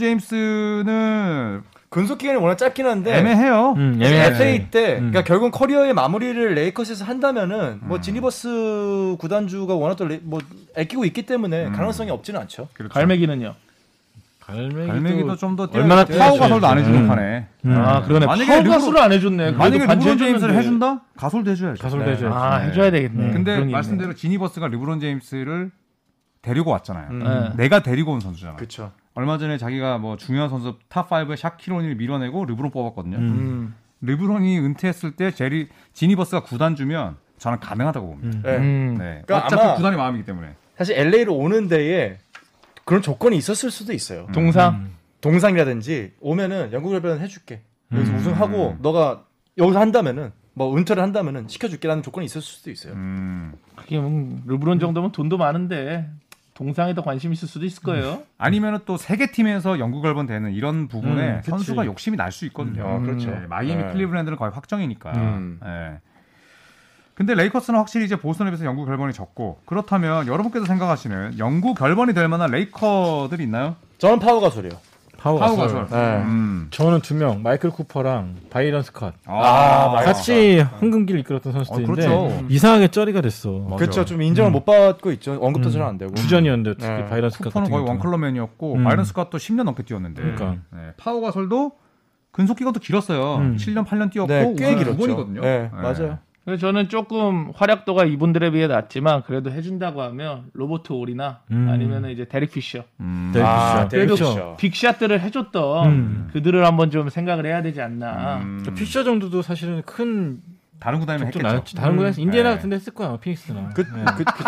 Speaker 1: 제임스는
Speaker 3: 근속 기간이 워낙 짧긴 한데
Speaker 1: 애매해요.
Speaker 4: 음,
Speaker 3: 예,
Speaker 4: 예매할
Speaker 3: FA 때
Speaker 4: 음.
Speaker 3: 그러니까 결국 커리어의 마무리를 레이커스에서 한다면은
Speaker 1: 음.
Speaker 3: 뭐 지니버스 구단주가 워낙 또뭐 아끼고 있기
Speaker 1: 음.
Speaker 3: 때문에 가능성이 없지는 않죠.
Speaker 1: 그렇죠.
Speaker 2: 갈매기는요.
Speaker 4: 갈매기도,
Speaker 1: 갈매기도 좀더
Speaker 4: 얼마나
Speaker 1: 파워가
Speaker 4: 뛰어야지.
Speaker 1: 솔도 안 해주는
Speaker 4: 음.
Speaker 1: 판에
Speaker 4: 음.
Speaker 2: 아 그러네.
Speaker 1: 만약에
Speaker 2: 파울
Speaker 1: 르브론-
Speaker 2: 가수를 안 해줬네.
Speaker 1: 만약에
Speaker 2: 그래도 반지
Speaker 1: 르브론 제임스를
Speaker 2: 해줬는데.
Speaker 1: 해준다 가솔도 해줘야죠.
Speaker 4: 가솔도 해줘야지.
Speaker 1: 네.
Speaker 2: 아 해줘야 되겠네.
Speaker 1: 근데
Speaker 2: 그런 게 있네.
Speaker 1: 말씀대로 지니버스가 르브론 제임스를 데리고 왔잖아요.
Speaker 2: 네.
Speaker 1: 내가 데리고 온 선수잖아요.
Speaker 3: 그렇죠.
Speaker 1: 얼마 전에 자기가 뭐 중요한 선수 탑 5에 샤키로니를 밀어내고 르브론 뽑았거든요.
Speaker 3: 음.
Speaker 1: 르브론이 은퇴했을 때 제리 지니버스가 구단 주면 저는 가능하다고 봅니다.
Speaker 3: 예.
Speaker 2: 음.
Speaker 1: 네.
Speaker 3: 그러니까
Speaker 1: 어차피
Speaker 3: 아마-
Speaker 1: 구단이 마음이기 때문에.
Speaker 3: 사실 LA로 오는 데에 그런 조건이 있었을 수도
Speaker 1: 음.
Speaker 3: 있어요.
Speaker 2: 동상.
Speaker 3: 동상이라든지 오면은 영국 레벨은 해줄게. 여기서
Speaker 1: 음.
Speaker 3: 우승하고 너가 여기서 한다면은 뭐 은퇴를 한다면은 시켜줄게라는 조건이 있었을 수도 있어요.
Speaker 1: 음.
Speaker 2: 그게 뭐 르브론 정도면 돈도 많은데 동상에 더 관심 있을 수도 있을 거예요.
Speaker 1: 음. 아니면은 또 세계 팀에서 영국 앨범 되는 이런 부분에
Speaker 4: 음, 그치.
Speaker 1: 선수가 욕심이 날 수 있거든요.
Speaker 3: 음, 아, 그렇죠.
Speaker 1: 네, 마이애미
Speaker 3: 네.
Speaker 1: 클리브랜드는 거의 확정이니까.
Speaker 3: 음.
Speaker 1: 네. 근데 레이커스는 확실히 이제 보스턴에 비해서 영국 결번이 적고 그렇다면 여러분께서 생각하시는 영국 결번이 될 만한 레이커들이 있나요?
Speaker 3: 저는 파워 가솔이요. 어,
Speaker 4: 파워
Speaker 1: 파워
Speaker 4: 가솔.
Speaker 1: 가솔.
Speaker 3: 네.
Speaker 1: 음.
Speaker 4: 저는 두 명, 마이클 쿠퍼랑 바이런 스컷.
Speaker 1: 아,
Speaker 4: 같이 황금기를 이끌었던 선수들인데 음.
Speaker 1: 어, 그렇죠.
Speaker 4: 이상하게 쩌리가 됐어.
Speaker 3: 그렇죠. 좀
Speaker 1: 음.
Speaker 3: 인정을 못 받고 있죠. 언급도 잘 안 되고.
Speaker 4: 주전이었는데 특히
Speaker 3: 네.
Speaker 4: 바이런 스컷
Speaker 1: 쿠퍼는
Speaker 4: 그러니까 같은
Speaker 1: 거의
Speaker 4: 경우는.
Speaker 1: 원클럽맨이었고
Speaker 4: 음.
Speaker 1: 마이런 스캇도 10년 넘게 뛰었는데
Speaker 4: 그러니까.
Speaker 1: 네, 파워 가솔도 근속 기간도 길었어요.
Speaker 4: 음.
Speaker 1: 7년 8년 뛰었고
Speaker 3: 네, 꽤
Speaker 1: 우승 두
Speaker 3: 길었죠.
Speaker 1: 번이거든요.
Speaker 3: 네, 맞아요.
Speaker 2: 그래서 저는 조금 활약도가 이분들에 비해 낮지만 그래도 해준다고 하면 로버트 올이나
Speaker 4: 음.
Speaker 2: 아니면 이제 데릭 피셔
Speaker 1: 음.
Speaker 4: 데릭
Speaker 3: 아,
Speaker 4: 피셔.
Speaker 3: 데릭 피셔.
Speaker 4: 그렇죠.
Speaker 2: 빅샷들을 해줬던
Speaker 4: 음.
Speaker 2: 그들을 한번 좀 생각을 해야 되지 않나.
Speaker 1: 음.
Speaker 4: 저 피셔 정도도 사실은 큰
Speaker 1: 다른 구단이면
Speaker 4: 좀
Speaker 1: 했겠죠.
Speaker 4: 나왔지. 다른
Speaker 2: 음.
Speaker 4: 곳에서 인디애나
Speaker 1: 네.
Speaker 4: 같은 데 했을 거야. 피닉스나.
Speaker 3: 그,
Speaker 4: 네.
Speaker 3: 그, 그,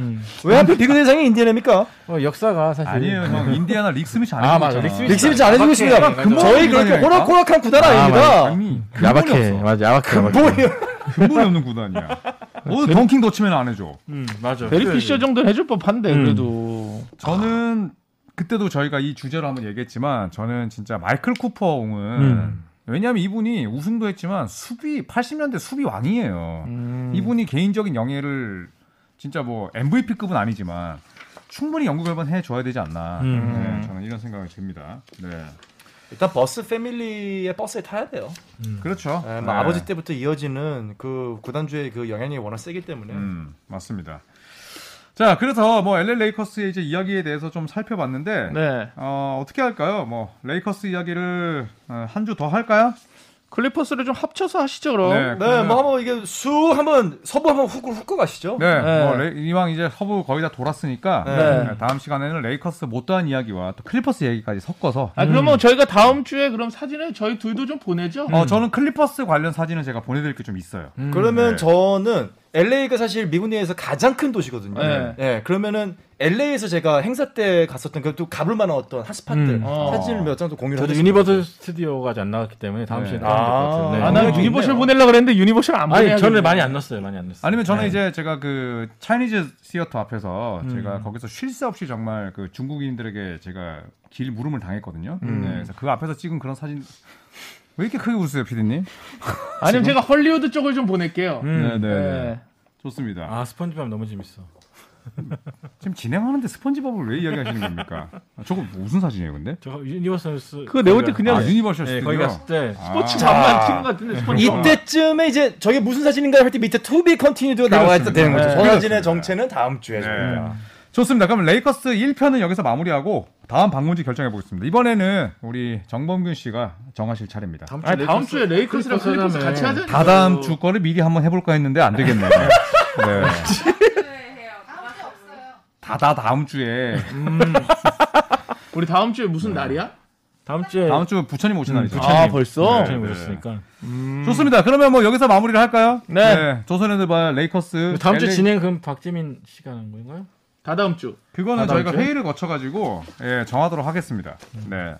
Speaker 4: 음.
Speaker 3: 왜 하필 비그 대상이 인디애나입니까?
Speaker 4: 어, 역사가 사실 음.
Speaker 1: 아니에요, 형. 인디애나 릭스미치 아니고.
Speaker 4: 아, 맞아. 릭스미스.
Speaker 1: 네.
Speaker 3: 릭스미잘안 해주고 있습니다.
Speaker 4: 맞아.
Speaker 3: 저희
Speaker 1: 근본이
Speaker 3: 그, 그렇게
Speaker 1: 아니라니까?
Speaker 3: 호락호락한 구단 아닙니다.
Speaker 1: 아니, 근본이
Speaker 4: 야박해.
Speaker 1: 없어.
Speaker 4: 맞아. 야박해. 야박해. 네.
Speaker 3: 뭐예요?
Speaker 1: 근본이 없는 구단이야. 오늘 덩킹 더치면 안 해줘.
Speaker 4: 음, 맞아.
Speaker 2: 데릭 피셔 정도는 해줄 법한데
Speaker 4: 음.
Speaker 2: 그래도
Speaker 1: 저는 그때도 저희가 이 주제로 한번 얘기했지만 저는 진짜 마이클 쿠퍼 옹은
Speaker 4: 음.
Speaker 1: 왜냐하면 이분이 우승도 했지만 수비 80년대 수비 왕이에요.
Speaker 2: 음.
Speaker 1: 이분이 개인적인 영예를 진짜 뭐 MVP급은 아니지만 충분히 영국 앨범 해줘야 되지 않나.
Speaker 4: 음.
Speaker 1: 네, 저는 이런 생각이 듭니다. 네.
Speaker 3: 일단 버스 패밀리의 버스에 타야 돼요.
Speaker 1: 그렇죠.
Speaker 3: 네,
Speaker 1: 네.
Speaker 3: 뭐 아버지 때부터 이어지는 그 구단주의 그 영향력이 워낙 세기 때문에.
Speaker 1: 음, 맞습니다. 자, 그래서 뭐 LA 레이커스의 이제 이야기에 대해서 좀 살펴봤는데
Speaker 2: 네.
Speaker 1: 어, 어떻게 할까요? 뭐 레이커스 이야기를 어, 한 주 더 할까요?
Speaker 2: 클리퍼스를 좀 합쳐서 하시죠 그럼.
Speaker 3: 네,
Speaker 1: 그러면-
Speaker 3: 뭐 한번 이게 수 한번 서부 한번 훅 훅고 가시죠.
Speaker 1: 네,
Speaker 2: 네.
Speaker 1: 뭐 레- 이왕 이제 서부 거의 다 돌았으니까
Speaker 3: 네.
Speaker 1: 네, 다음 시간에는 레이커스 못다한 이야기와 또 클리퍼스 얘기까지 섞어서
Speaker 2: 아 그러면 저희가 다음 주에 그럼 사진을 저희 둘도 좀 보내죠.
Speaker 1: 음.
Speaker 3: 음.
Speaker 4: 음,
Speaker 1: 어, 저는 클리퍼스 관련 사진은 제가 보내드릴 게 좀 있어요.
Speaker 3: 그러면
Speaker 1: 네.
Speaker 3: 저는
Speaker 6: LA가 사실 미국 내에서 가장 큰 도시거든요.
Speaker 2: 네.
Speaker 6: 예. 그러면은 LA에서 제가 행사 때 갔었던 그또 가볼 만한 어떤 핫스팟들
Speaker 4: 음.
Speaker 2: 어.
Speaker 6: 사진을 몇 장 또 공유를
Speaker 4: 저도
Speaker 6: 했었어요.
Speaker 4: 유니버설 스튜디오가 아직 안 나왔기 때문에 다음
Speaker 1: 네.
Speaker 4: 시간에 나올 것 같아요.
Speaker 2: 아,
Speaker 4: 네.
Speaker 2: 나
Speaker 6: 그것도
Speaker 2: 유니버셜
Speaker 6: 있네요.
Speaker 2: 보내려고 그랬는데 유니버셜 안 보내.
Speaker 4: 아니 저는 많이 안 넣었어요. 많이 안 넣었어요.
Speaker 1: 아니면 저는
Speaker 4: 네.
Speaker 1: 이제 제가 그 차이니즈 시어터 앞에서 제가 거기서 쉴 새 없이 정말 그 중국인들에게 제가 길 물음을 당했거든요. 네, 그래서 그 앞에서 찍은 그런 사진 왜 이렇게 크게 웃으세요, 피디님?
Speaker 2: 아니면 제가 헐리우드 쪽을 좀 보낼게요.
Speaker 1: 네, 네,
Speaker 2: 네.
Speaker 1: 네. 좋습니다.
Speaker 4: 아 스펀지밥 너무 재밌어.
Speaker 1: 지금 진행하는데 스펀지밥을 왜 이야기하시는 겁니까? 아, 저거 무슨 사진이에요, 근데?
Speaker 4: 저 유니버설 스
Speaker 2: 그거 내올 때 그냥
Speaker 1: 아, 유니버셜 아.
Speaker 4: 네,
Speaker 1: 스튜디오.
Speaker 4: 거기 갔을 때
Speaker 2: 스포츠 잡만 튀는 것 같은데 스포츠 잡만.
Speaker 6: 이때쯤에 이제 저게 무슨 사진인가 할 때 밑에 To Be Continued가 나와 있다 되는
Speaker 4: 네.
Speaker 6: 거죠. 저 사진의 정체는 다음 주에.
Speaker 1: 네. 좋습니다. 그럼 레이커스 1편은 여기서 마무리하고 다음 방문지 결정해 보겠습니다. 이번에는 우리 정범균 씨가 정하실 차례입니다.
Speaker 4: 다음 주에
Speaker 2: 아니, 다음 주에 그 레이커스랑
Speaker 4: 클리퍼스
Speaker 2: 클리퍼스
Speaker 4: 하자며.
Speaker 2: 같이 하자.
Speaker 1: 다다음 주 거를 미리 한번 해볼까 했는데 안 되겠네요. 네.
Speaker 5: 네, 해요. 가만히 없어요.
Speaker 1: 다다 다음 주에
Speaker 2: 우리 다음 주에 무슨 날이야?
Speaker 4: 다음 주에
Speaker 1: 다음 주 부처님 오신 날이죠.
Speaker 2: 아 벌써?
Speaker 4: 부처님 오셨으니까
Speaker 1: 좋습니다. 그러면 뭐 여기서 마무리를 할까요?
Speaker 2: 네.
Speaker 1: 조선의 발 레이커스
Speaker 4: 네, 다음 주
Speaker 1: LA
Speaker 4: 진행 그럼 박재민 씨가 하는 건가요?
Speaker 2: 다다음 주.
Speaker 1: 그거는
Speaker 4: 아, 다다음
Speaker 1: 저희가
Speaker 4: 주에?
Speaker 1: 회의를 거쳐 가지고 예, 정하도록 하겠습니다. 네.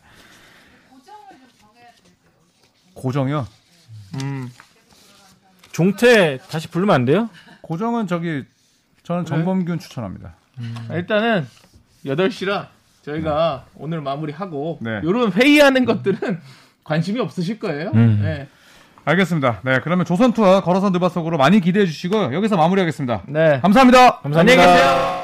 Speaker 1: 고정이요?
Speaker 4: 종태 다시 부르면 안 돼요?
Speaker 1: 고정은 저기 저는 정범균 추천합니다.
Speaker 2: 일단은 8시라 저희가 오늘 마무리하고
Speaker 1: 네.
Speaker 2: 이런 회의하는 것들은 관심이 없으실 거예요. 네.
Speaker 1: 알겠습니다. 네, 그러면 조선 투어 걸어서 느바 속으로 많이 기대해 주시고 여기서 마무리하겠습니다.
Speaker 2: 네.
Speaker 1: 감사합니다.
Speaker 4: 감사합니다.
Speaker 2: 안녕히 계세요.